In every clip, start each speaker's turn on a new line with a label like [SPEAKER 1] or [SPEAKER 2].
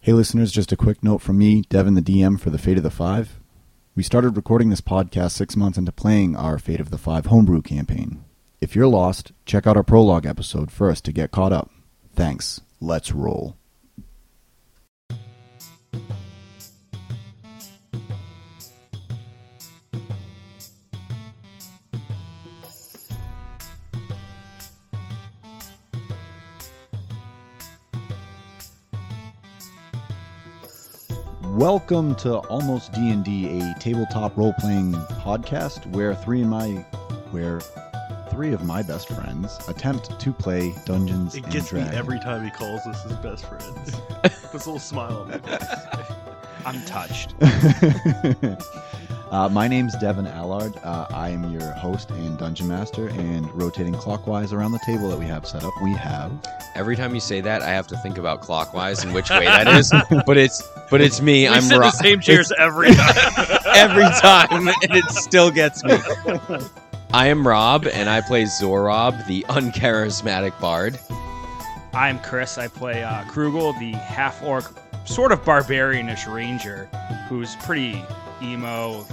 [SPEAKER 1] Hey, listeners, just a quick note from me, Devin the DM for the Fate of the Five. We started recording this podcast six months into playing our Fate of the Five homebrew campaign. If you're lost, check out our prologue episode first to get caught up. Thanks. Let's roll. Welcome to Almost D&D, a tabletop role-playing podcast where three of my where three of my best friends attempt to play Dungeons
[SPEAKER 2] It
[SPEAKER 1] and
[SPEAKER 2] gets me
[SPEAKER 1] Dragons.
[SPEAKER 2] every time he calls us his best friends. this little smile. On my face.
[SPEAKER 3] I'm touched.
[SPEAKER 1] uh, my name's Devin Allard. Uh, I am your host and dungeon master. And rotating clockwise around the table that we have set up, we have
[SPEAKER 4] Every time you say that, I have to think about clockwise and which way that is. But it's but it's me.
[SPEAKER 2] We
[SPEAKER 4] I'm
[SPEAKER 2] sit in the
[SPEAKER 4] Rob.
[SPEAKER 2] same chairs every time.
[SPEAKER 4] every time, and it still gets me. I am Rob, and I play Zorob, the uncharismatic bard.
[SPEAKER 3] I'm Chris. I play uh, Krugel, the half orc, sort of barbarianish ranger, who's pretty emo,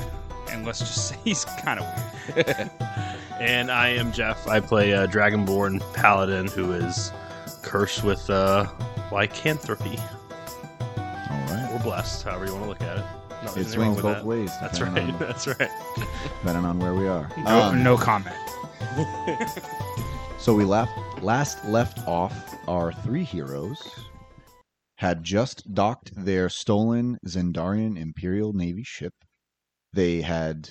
[SPEAKER 3] and let's just say he's kind of weird.
[SPEAKER 2] and I am Jeff. I play uh, Dragonborn Paladin, who is cursed with uh, lycanthropy
[SPEAKER 1] all right.
[SPEAKER 2] or blessed, however you want to look at it. Not
[SPEAKER 1] It swings both
[SPEAKER 2] that.
[SPEAKER 1] ways.
[SPEAKER 2] That's
[SPEAKER 1] depending
[SPEAKER 2] right.
[SPEAKER 1] On,
[SPEAKER 2] That's right.
[SPEAKER 1] depending on where we are.
[SPEAKER 3] No,
[SPEAKER 1] Um,
[SPEAKER 3] no comment.
[SPEAKER 1] So we left last left off our three heroes had just docked their stolen Zendarian Imperial Navy ship. They had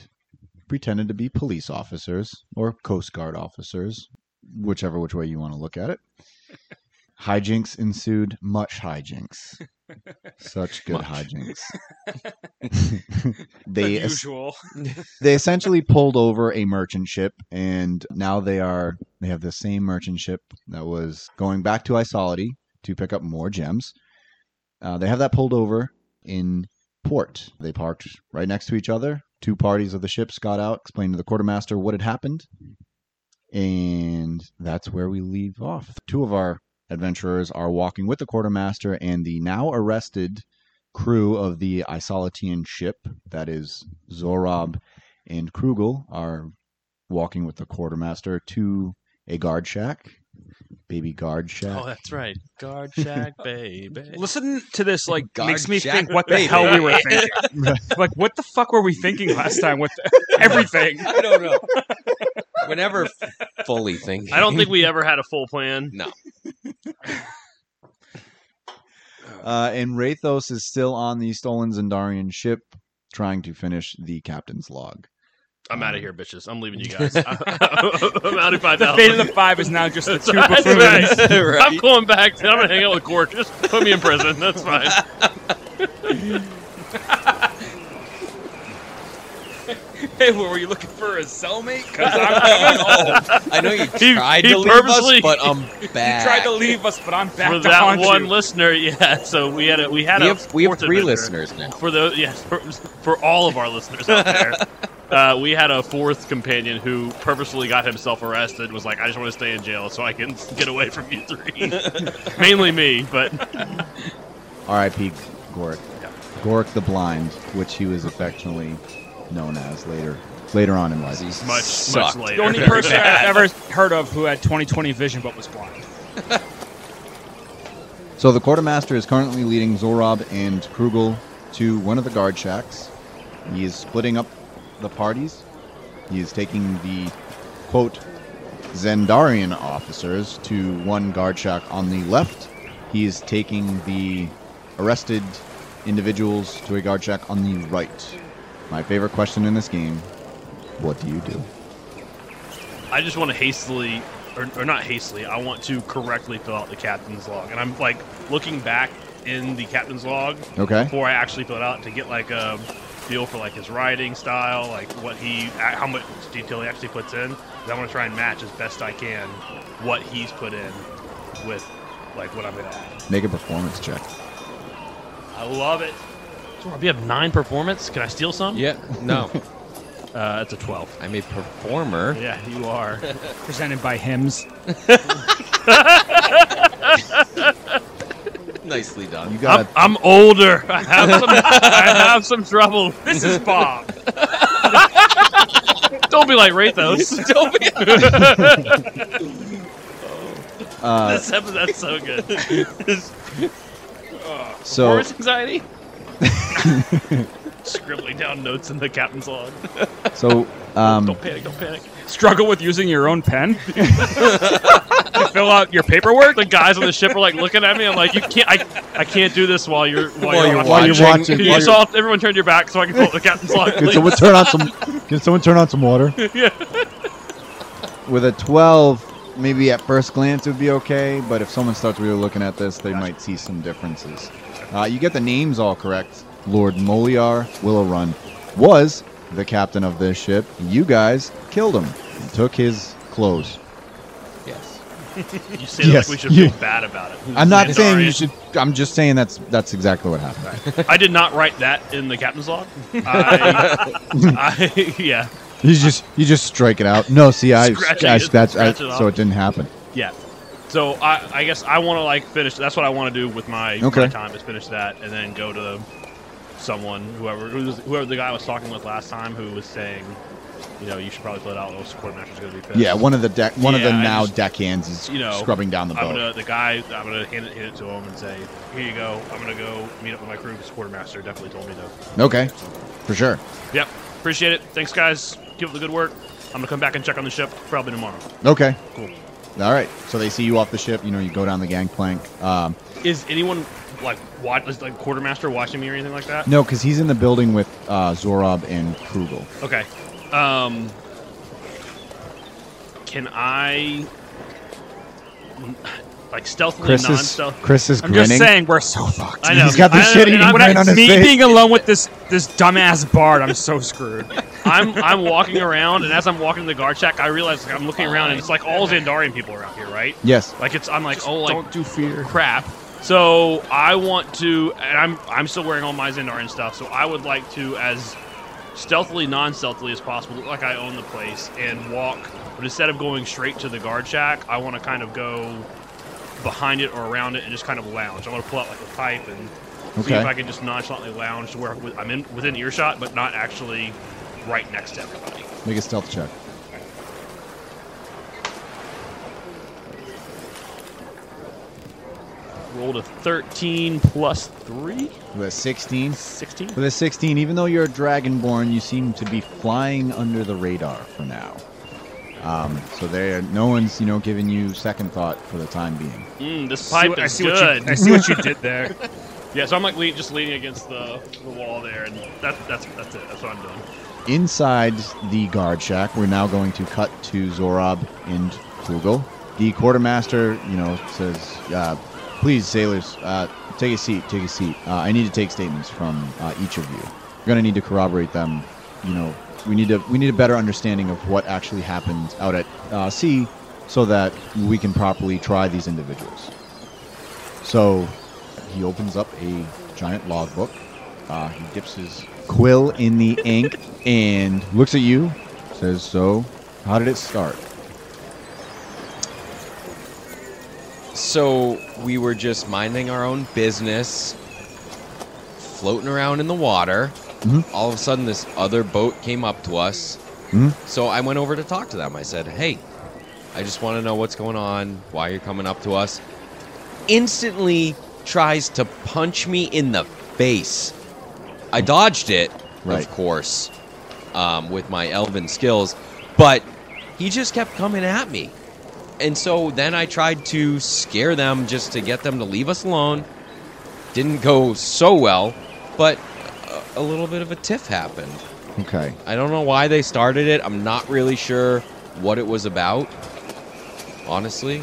[SPEAKER 1] pretended to be police officers or Coast Guard officers, whichever which way you want to look at it. Hijinks ensued, much hijinks. Such good
[SPEAKER 4] Much.
[SPEAKER 1] hijinks.
[SPEAKER 3] The
[SPEAKER 1] they es-
[SPEAKER 3] usual.
[SPEAKER 1] they essentially pulled over a merchant ship and now they are they have the same merchant ship that was going back to isolity to pick up more gems uh, they have that pulled over in port they parked right next to each other two parties of the ships got out explained to the quartermaster what had happened and that's where we leave off two of our adventurers are walking with the quartermaster and the now arrested crew of the isolatian ship that is zorob and Krugel are walking with the quartermaster to a guard shack, baby guard shack.
[SPEAKER 2] Oh, that's right. Guard Shack, baby.
[SPEAKER 3] Listen to this, like,
[SPEAKER 4] God,
[SPEAKER 3] makes me
[SPEAKER 4] Jack
[SPEAKER 3] think what the
[SPEAKER 4] Baby.
[SPEAKER 3] hell we were thinking. like, what the fuck were we thinking last time with everything?
[SPEAKER 4] I don't know. Whenever f- fully thinking,
[SPEAKER 2] I don't think we ever had a full plan.
[SPEAKER 4] No.
[SPEAKER 1] Uh, and Rathos is still on the stolen Zendarian ship, trying to finish the captain's log.
[SPEAKER 2] I'm out of here, bitches. I'm leaving you guys. I'm out of my
[SPEAKER 3] The fate of the five is now just the two
[SPEAKER 2] That's
[SPEAKER 3] buffoons.
[SPEAKER 2] right.
[SPEAKER 4] Right.
[SPEAKER 2] I'm going back. I'm gonna hang out with Gork. Just put me in prison. That's fine.
[SPEAKER 3] Hey, were you looking for a cellmate? Because I'm coming home.
[SPEAKER 4] Oh, I know you
[SPEAKER 2] He-
[SPEAKER 4] tried
[SPEAKER 2] he
[SPEAKER 4] to leave
[SPEAKER 2] purposely-
[SPEAKER 4] us, but um, I'm back.
[SPEAKER 3] You tried to leave us, but I'm back
[SPEAKER 2] for
[SPEAKER 3] to
[SPEAKER 2] that
[SPEAKER 3] haunt
[SPEAKER 2] one
[SPEAKER 3] you.
[SPEAKER 2] listener, yeah. So we had a we had
[SPEAKER 4] We
[SPEAKER 2] a
[SPEAKER 4] have, we have
[SPEAKER 2] fourth
[SPEAKER 4] three
[SPEAKER 2] adventure.
[SPEAKER 4] listeners now.
[SPEAKER 2] for those yes for, for all of our listeners out there. Uh, we had a fourth companion who purposefully got himself arrested. Was like, I just want to stay in jail so I can get away from you three. Mainly me, but
[SPEAKER 1] R.I.P. Gork.
[SPEAKER 2] Yeah.
[SPEAKER 1] Gork the Blind, which he was affectionately known as later later on in life.
[SPEAKER 4] He's
[SPEAKER 2] much
[SPEAKER 4] sucked.
[SPEAKER 2] much later.
[SPEAKER 3] The only person I've ever heard of who had 20/20 vision but was blind.
[SPEAKER 1] So the quartermaster is currently leading Zorob and Krugel to one of the guard shacks. He is splitting up the parties. He is taking the quote Zendarian officers to one guard shack on the left. He is taking the arrested individuals to a guard shack on the right. My favorite question in this game: What do you do?
[SPEAKER 2] I just want to hastily, or, or not hastily, I want to correctly fill out the captain's log. And I'm like looking back in the captain's log
[SPEAKER 1] Okay.
[SPEAKER 2] before I actually fill it out to get like a feel for like his writing style, like what he, how much detail he actually puts in. 'Cause I want to try and match as best I can what he's put in with like what I'm gonna add.
[SPEAKER 1] Make a performance check.
[SPEAKER 2] I love it. So we have nine performance. Can I steal some?
[SPEAKER 4] Yeah, no.
[SPEAKER 2] Uh, that's a twelve.
[SPEAKER 4] I'm a performer.
[SPEAKER 2] Yeah, you are.
[SPEAKER 3] Presented by Hims.
[SPEAKER 4] Nicely done.
[SPEAKER 1] You
[SPEAKER 2] I'm,
[SPEAKER 1] got
[SPEAKER 2] I'm older. I have some. I have some trouble. This is Bob. Don't be like Rathos.
[SPEAKER 4] Don't be-
[SPEAKER 1] uh,
[SPEAKER 2] this episode's so good. This- oh,
[SPEAKER 1] So-
[SPEAKER 2] Horace anxiety. Scribbling down notes in the captain's log.
[SPEAKER 1] so um,
[SPEAKER 2] don't panic. Don't panic.
[SPEAKER 3] Struggle with using your own pen to fill out your paperwork.
[SPEAKER 2] The guys on the ship are like looking at me. I'm like, you can't. I, I can't do this while you're while,
[SPEAKER 4] While
[SPEAKER 2] you're,
[SPEAKER 4] you're
[SPEAKER 1] while
[SPEAKER 2] watching.
[SPEAKER 1] you're
[SPEAKER 4] Watching-
[SPEAKER 1] watching,
[SPEAKER 2] Can
[SPEAKER 1] while
[SPEAKER 2] you
[SPEAKER 1] you're-
[SPEAKER 2] just all, everyone turn your back so I can pull up the captain's log.
[SPEAKER 1] can
[SPEAKER 2] please?
[SPEAKER 1] someone turn on some? Can someone turn on some water?
[SPEAKER 2] Yeah.
[SPEAKER 1] With a twelve, maybe at first glance it would be okay, but if someone starts really looking at this, they might see some differences. Uh, you get the names all correct. Lord Moliar Willow Run was the captain of this ship. You guys killed him and took his clothes.
[SPEAKER 4] yes.
[SPEAKER 2] You say that
[SPEAKER 1] Yes,
[SPEAKER 2] like we should
[SPEAKER 1] you-
[SPEAKER 2] feel bad about it.
[SPEAKER 1] I'm not
[SPEAKER 2] It's
[SPEAKER 1] saying
[SPEAKER 2] alright.
[SPEAKER 1] you should. I'm just saying that's that's exactly what happened.
[SPEAKER 2] I did not write that in the captain's log. I, I yeah,
[SPEAKER 1] You just you just strike it out. No, see, I,
[SPEAKER 2] Scratch
[SPEAKER 1] I
[SPEAKER 2] it,
[SPEAKER 1] scratched I,
[SPEAKER 2] scratch it off.
[SPEAKER 1] so it didn't happen.
[SPEAKER 2] yeah. So I, I guess I want to like finish. That's what I want to do with my,
[SPEAKER 1] Okay.
[SPEAKER 2] my time is finish that and then go to someone whoever who's, whoever the guy I was talking with last time who was saying, you know, you should probably put it out. Or else the quartermaster's going to be pissed.
[SPEAKER 1] Yeah, one of the deck one of the
[SPEAKER 2] Yeah, I
[SPEAKER 1] now
[SPEAKER 2] just-
[SPEAKER 1] deckhands is
[SPEAKER 2] you know,
[SPEAKER 1] scrubbing down the boat.
[SPEAKER 2] I'm gonna the guy. I'm gonna hand it, hand it to him and say, here you go. I'm gonna go meet up with my crew because quartermaster definitely told me to.
[SPEAKER 1] Okay, for sure.
[SPEAKER 2] Yep. Appreciate it. Thanks, guys. Keep up the good work. I'm gonna come back and check on the ship probably tomorrow.
[SPEAKER 1] Okay,
[SPEAKER 2] Cool.
[SPEAKER 1] all right. So they see you off the ship. You know, you go down the gangplank. Um,
[SPEAKER 2] Is anyone like watch is, like quartermaster watching me or anything like that?
[SPEAKER 1] no, because he's in the building with uh, Zorob and Krugel.
[SPEAKER 2] Okay. Um can I like stealthily
[SPEAKER 1] Chris is
[SPEAKER 2] non-stealth
[SPEAKER 1] Chris is
[SPEAKER 3] I'm
[SPEAKER 1] grinning.
[SPEAKER 3] just saying we're
[SPEAKER 4] Oh,
[SPEAKER 3] so fucked.
[SPEAKER 2] I know.
[SPEAKER 1] He's got this
[SPEAKER 2] I know,
[SPEAKER 1] shitty
[SPEAKER 2] and
[SPEAKER 1] grin
[SPEAKER 2] I'm-
[SPEAKER 3] When I,
[SPEAKER 1] on his
[SPEAKER 3] me
[SPEAKER 1] face.
[SPEAKER 3] being alone with this this dumbass bard, I'm so screwed.
[SPEAKER 2] I'm I'm walking around and as I'm walking the guard shack I realize like, I'm looking around and it's like all Zandarian people around here, right?
[SPEAKER 1] Yes.
[SPEAKER 2] Like it's I'm like oh like
[SPEAKER 3] Don't do fear.
[SPEAKER 2] crap. So I want to, and I'm I'm still wearing all my Zandarian stuff. So I would like to, as stealthily, non-stealthily as possible, look like I own the place and walk. But instead of going straight to the guard shack, I want to kind of go behind it or around it and just kind of lounge. I want to pull out like a pipe and see
[SPEAKER 1] Okay.
[SPEAKER 2] if I can just nonchalantly lounge to where I'm in within earshot, but not actually right next to everybody.
[SPEAKER 1] Make a stealth check.
[SPEAKER 2] Rolled a 13 plus 3,
[SPEAKER 1] With a 16.
[SPEAKER 2] 16.
[SPEAKER 1] With a 16, even though you're a dragonborn, you seem to be flying under the radar for now. Um, so there, no one's you know giving you second thought for the time being.
[SPEAKER 2] Mm, this
[SPEAKER 3] See
[SPEAKER 2] pipe
[SPEAKER 3] what- I
[SPEAKER 2] is
[SPEAKER 3] see
[SPEAKER 2] good.
[SPEAKER 3] What you, I see what you did there.
[SPEAKER 2] Yeah, so I'm like le- just leaning against the, the wall there, and that, that's that's it. That's what I'm doing.
[SPEAKER 1] Inside the guard shack, we're now going to cut to Zorob and Krugel. The quartermaster, you know, says, uh, "Please, sailors, uh, take a seat. Take a seat. Uh, I need to take statements from uh, each of you. We're gonna need to corroborate them. You know, we need to we need a better understanding of what actually happened out at uh, sea, so that we can properly try these individuals." So he opens up a giant logbook. Uh, he dips his quill in the ink and looks at you. Says, "So, how did it start?"
[SPEAKER 4] So we were just minding our own business, floating around in the water.
[SPEAKER 1] Mhm.
[SPEAKER 4] All of a sudden, this other boat came up to us.
[SPEAKER 1] Mhm.
[SPEAKER 4] So I went over to talk to them. I said, "Hey, I just want to know what's going on. Why you're coming up to us?" Instantly tries to punch me in the face. I dodged it,
[SPEAKER 1] Right.
[SPEAKER 4] of course, um, with my elven skills, but he just kept coming at me. And so then I tried to scare them just to get them to leave us alone. Didn't go so well, but a, a little bit of a tiff happened.
[SPEAKER 1] Okay.
[SPEAKER 4] I don't know why they started it. I'm not really sure what it was about. Honestly,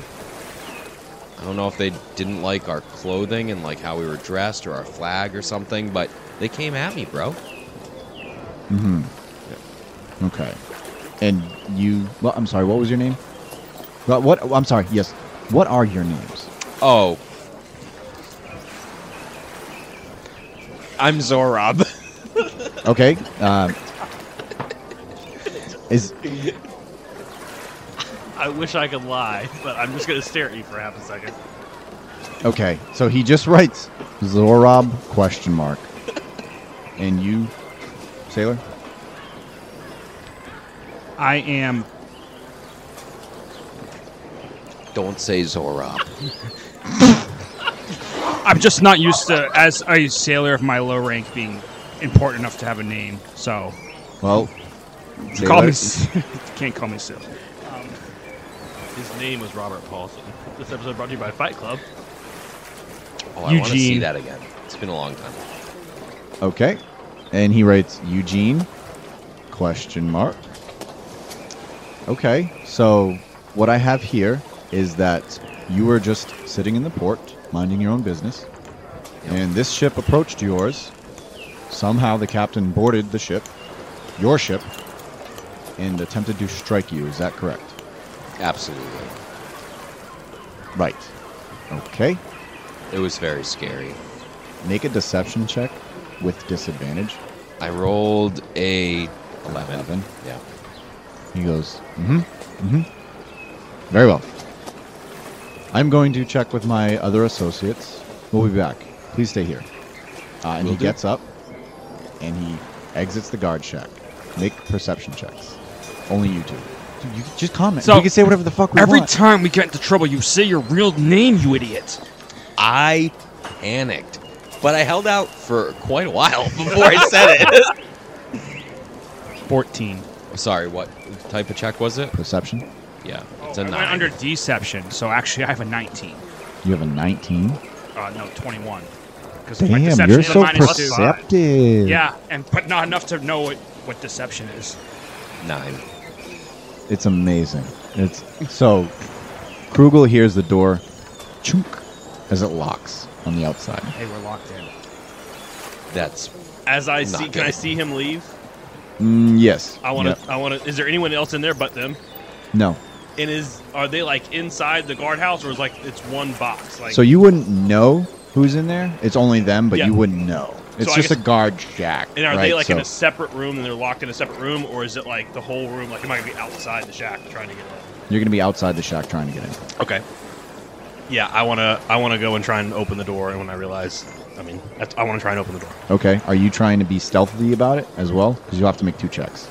[SPEAKER 4] I don't know if they didn't like our clothing and like how we were dressed or our flag or something, but they came at me, bro.
[SPEAKER 1] hmm Okay. And you? Well, I'm sorry. What was your name? What? what I'm sorry. Yes. What are your names?
[SPEAKER 4] Oh. I'm Zorob.
[SPEAKER 1] Okay. Uh, is
[SPEAKER 2] I wish I could lie, but I'm just gonna stare at you for half a second.
[SPEAKER 1] Okay, so he just writes Zorob question mark, and you, sailor.
[SPEAKER 3] I am
[SPEAKER 4] Don't say Zorob.
[SPEAKER 3] I'm just not used to as a sailor of my low rank being important enough to have a name. So
[SPEAKER 1] Well,
[SPEAKER 3] call me
[SPEAKER 1] sailor-
[SPEAKER 3] s- can't call me sailor.
[SPEAKER 2] His name was Robert Paulson. This episode brought to you by Fight Club.
[SPEAKER 4] Oh, I want to see
[SPEAKER 3] Eugene.
[SPEAKER 4] that again. It's been a long time.
[SPEAKER 1] Okay, and he writes Eugene question mark. Okay, so what I have here is that you were just sitting in the port, minding your own business, and this ship approached yours. Somehow the captain boarded the ship, your ship, and attempted to strike you. Is that correct?
[SPEAKER 4] Absolutely.
[SPEAKER 1] Right. Okay.
[SPEAKER 4] It was very scary.
[SPEAKER 1] Make a deception check with disadvantage.
[SPEAKER 4] I rolled a 11.
[SPEAKER 1] Eleven.
[SPEAKER 4] Yeah.
[SPEAKER 1] He goes, mm hmm, mm hmm. Very well. I'm going to check with my other associates. We'll be back. Please stay here. Uh, and
[SPEAKER 4] Will
[SPEAKER 1] he
[SPEAKER 4] do.
[SPEAKER 1] gets up and he exits the guard shack. Make perception checks. Only you two. Dude, you can just comment.
[SPEAKER 3] So-
[SPEAKER 1] we can say whatever the fuck we
[SPEAKER 3] Every
[SPEAKER 1] want.
[SPEAKER 3] time we get into trouble, you say your real name, you idiot.
[SPEAKER 4] I panicked, but I held out for quite a while before I said it.
[SPEAKER 3] Fourteen.
[SPEAKER 4] Sorry, what type of check was it?
[SPEAKER 1] perception.
[SPEAKER 4] Yeah,
[SPEAKER 3] Oh,
[SPEAKER 4] it's
[SPEAKER 3] I
[SPEAKER 4] a
[SPEAKER 3] went
[SPEAKER 4] nine.
[SPEAKER 3] under deception, so actually I have a nineteen.
[SPEAKER 1] You have a 19.
[SPEAKER 3] Uh, no, twenty-one. Because
[SPEAKER 1] Damn, you're so
[SPEAKER 2] two.
[SPEAKER 1] perceptive.
[SPEAKER 3] Yeah, and but not enough to know what, what deception is.
[SPEAKER 4] nine.
[SPEAKER 1] It's amazing. It's so. Krugel hears the door, chunk, as it locks on the outside.
[SPEAKER 3] Hey, we're locked in.
[SPEAKER 4] That's
[SPEAKER 2] As I
[SPEAKER 4] Not
[SPEAKER 2] see,
[SPEAKER 4] good.
[SPEAKER 2] can I see him leave?
[SPEAKER 1] Mm, yes.
[SPEAKER 2] I want to.
[SPEAKER 1] Yep.
[SPEAKER 2] I want to. Is there anyone else in there but them?
[SPEAKER 1] No.
[SPEAKER 2] And is are they like inside the guardhouse or is like it's one box? Like
[SPEAKER 1] So you wouldn't know who's in there. It's only them, but
[SPEAKER 2] Yeah.
[SPEAKER 1] you wouldn't know. It's
[SPEAKER 2] I
[SPEAKER 1] just
[SPEAKER 2] guess-
[SPEAKER 1] a guard shack.
[SPEAKER 2] And are they
[SPEAKER 1] right?
[SPEAKER 2] like
[SPEAKER 1] So-
[SPEAKER 2] in a separate room and they're locked in a separate room, or is it like the whole room? Like am I gonna be outside the shack trying to get in?
[SPEAKER 1] You're gonna be outside the shack trying to get in.
[SPEAKER 2] Okay. Yeah, I wanna. I wanna go and try and open the door. And when I realize, I mean, that's, I want to try and open the door.
[SPEAKER 1] Okay. Are you trying to be stealthy about it as well? Because you'll have to make two checks.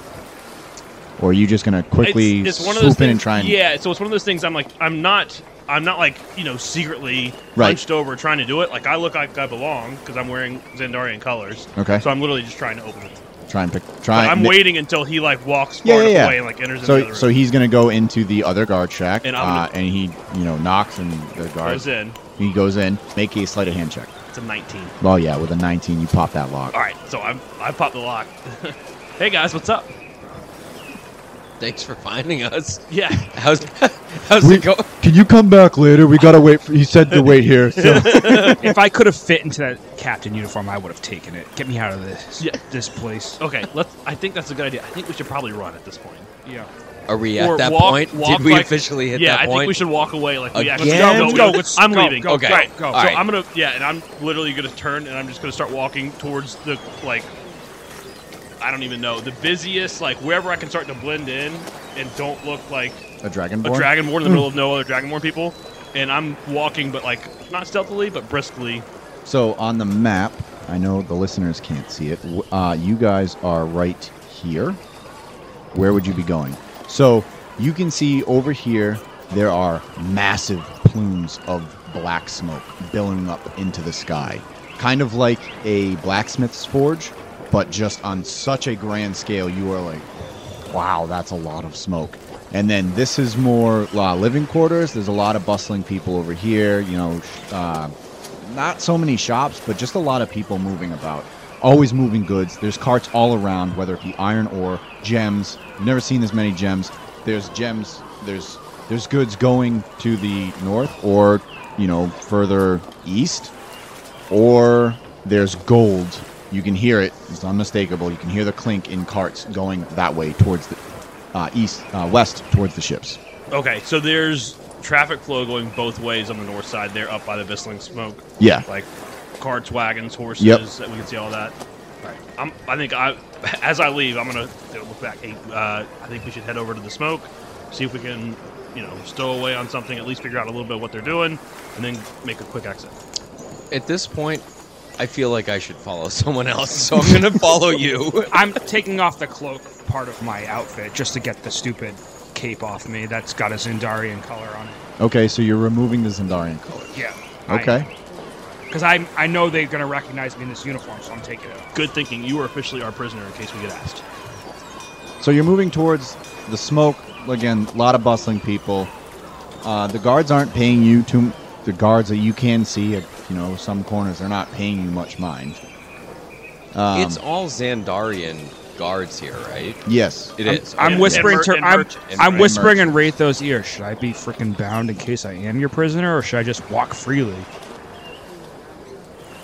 [SPEAKER 1] Or are you just gonna quickly
[SPEAKER 2] it's, it's
[SPEAKER 1] swoop
[SPEAKER 2] one of those
[SPEAKER 1] in
[SPEAKER 2] things,
[SPEAKER 1] and try and?
[SPEAKER 2] yeah so it's one of those things i'm like i'm not i'm not like you know secretly
[SPEAKER 1] Right.
[SPEAKER 2] hunched over trying to do it like i look like i belong because i'm wearing zandarian colors
[SPEAKER 1] Okay.
[SPEAKER 2] so i'm literally just trying to open it
[SPEAKER 1] Try and pick.
[SPEAKER 2] But
[SPEAKER 1] Try.
[SPEAKER 2] i'm
[SPEAKER 1] and-
[SPEAKER 2] waiting until he like walks
[SPEAKER 1] Yeah,
[SPEAKER 2] far
[SPEAKER 1] yeah, yeah.
[SPEAKER 2] away and like enters into the
[SPEAKER 1] So,
[SPEAKER 2] other
[SPEAKER 1] so
[SPEAKER 2] room
[SPEAKER 1] he's gonna go into the other guard shack,
[SPEAKER 2] And
[SPEAKER 1] and,
[SPEAKER 2] I'm gonna-
[SPEAKER 1] uh, and he, you know, knocks, and the guard
[SPEAKER 2] goes in
[SPEAKER 1] he goes in. Make a sleight of hand check.
[SPEAKER 2] it's a 19
[SPEAKER 1] Well, yeah, with a 19, you pop that lock.
[SPEAKER 2] all right so i'm i popped the lock hey guys what's up
[SPEAKER 4] thanks for finding us.
[SPEAKER 2] yeah
[SPEAKER 4] How's how's
[SPEAKER 1] We-
[SPEAKER 4] it going?
[SPEAKER 1] Can you come back later? We gotta wait. For, he said to wait here. So.
[SPEAKER 3] if I could have fit into that captain uniform, I would have taken it. Get me out of this
[SPEAKER 2] Yeah.
[SPEAKER 3] this place.
[SPEAKER 1] Oh,
[SPEAKER 2] okay let's i think that's a good idea i think we should probably run at this point
[SPEAKER 3] Yeah.
[SPEAKER 4] Are we at
[SPEAKER 2] Or
[SPEAKER 4] that
[SPEAKER 2] walk-
[SPEAKER 4] point?
[SPEAKER 2] walk
[SPEAKER 4] Did we
[SPEAKER 2] like-
[SPEAKER 4] officially hit
[SPEAKER 2] yeah,
[SPEAKER 4] that
[SPEAKER 2] I
[SPEAKER 4] point?
[SPEAKER 2] think we should walk away. Like, we
[SPEAKER 4] Again?
[SPEAKER 2] actually,
[SPEAKER 4] Let's
[SPEAKER 2] no,
[SPEAKER 3] go,
[SPEAKER 2] no,
[SPEAKER 3] let's
[SPEAKER 2] I'm
[SPEAKER 3] go,
[SPEAKER 2] leaving.
[SPEAKER 3] go,
[SPEAKER 4] Okay.
[SPEAKER 2] right,
[SPEAKER 3] go.
[SPEAKER 2] So
[SPEAKER 4] All right.
[SPEAKER 2] I'm gonna, yeah, and I'm literally gonna turn and I'm just gonna start walking towards the like, I don't even know, the busiest, like wherever I can start to blend in and don't look like
[SPEAKER 1] A dragonborn.
[SPEAKER 2] a dragonborn in the middle of no other dragonborn people. And I'm walking, but like not stealthily, but briskly.
[SPEAKER 1] So on the map, I know the listeners can't see it. w- Uh, you guys are right here. Where would you be going? So you can see over here there are massive plumes of black smoke billowing up into the sky, kind of like a blacksmith's forge, but just on such a grand scale. You are like, wow, that's a lot of smoke. And then this is more uh, living quarters. There's a lot of bustling people over here. You know, sh- uh, not so many shops, but just a lot of people moving about. Always moving goods. There's carts all around, whether it be iron ore, gems. I've never seen this many gems. There's gems. There's there's goods going to the north, or you know, further east or there's gold. You can hear it; it's unmistakable. You can hear the clink in carts going that way towards the uh, east, uh, west towards the ships.
[SPEAKER 2] Okay, so there's traffic flow going both ways on the north side. There, up by the Bistling Smoke.
[SPEAKER 1] Yeah,
[SPEAKER 2] like carts, wagons, horses.
[SPEAKER 1] Yep.
[SPEAKER 2] That we can see all that. I'm, I think I, as I leave, I'm gonna look back. Hey, uh, I think we should head over to the smoke, see if we can you know stow away on something, at least figure out a little bit what they're doing, and then make a quick exit.
[SPEAKER 4] At this point, I feel like I should follow someone else, so I'm going to follow you.
[SPEAKER 3] I'm taking off the cloak part of my outfit just to get the stupid cape off me that's got a Zendarian color on it.
[SPEAKER 1] Okay, so you're removing the Zendarian color.
[SPEAKER 3] Yeah.
[SPEAKER 1] Okay.
[SPEAKER 3] Because I, I know they're going to recognize me in this uniform, so I'm taking it off.
[SPEAKER 2] Good thinking. You are officially our prisoner in case we get asked.
[SPEAKER 1] So you're moving towards the smoke. Again, a lot of bustling people. Uh, the guards aren't paying you too. The guards that you can see at you know some corners, they're not paying you much mind. Um,
[SPEAKER 4] it's all Xandarian guards here, right?
[SPEAKER 1] yes.
[SPEAKER 4] It
[SPEAKER 3] I'm,
[SPEAKER 4] is.
[SPEAKER 3] I'm
[SPEAKER 4] Okay.
[SPEAKER 3] whispering
[SPEAKER 2] And
[SPEAKER 3] to
[SPEAKER 2] mer- and
[SPEAKER 3] I'm,
[SPEAKER 2] merchant.
[SPEAKER 4] And
[SPEAKER 3] I'm
[SPEAKER 4] mer-
[SPEAKER 3] whispering
[SPEAKER 1] and
[SPEAKER 3] in Wraitho's ear. Should I be freaking bound in case I am your prisoner, or should I just walk freely?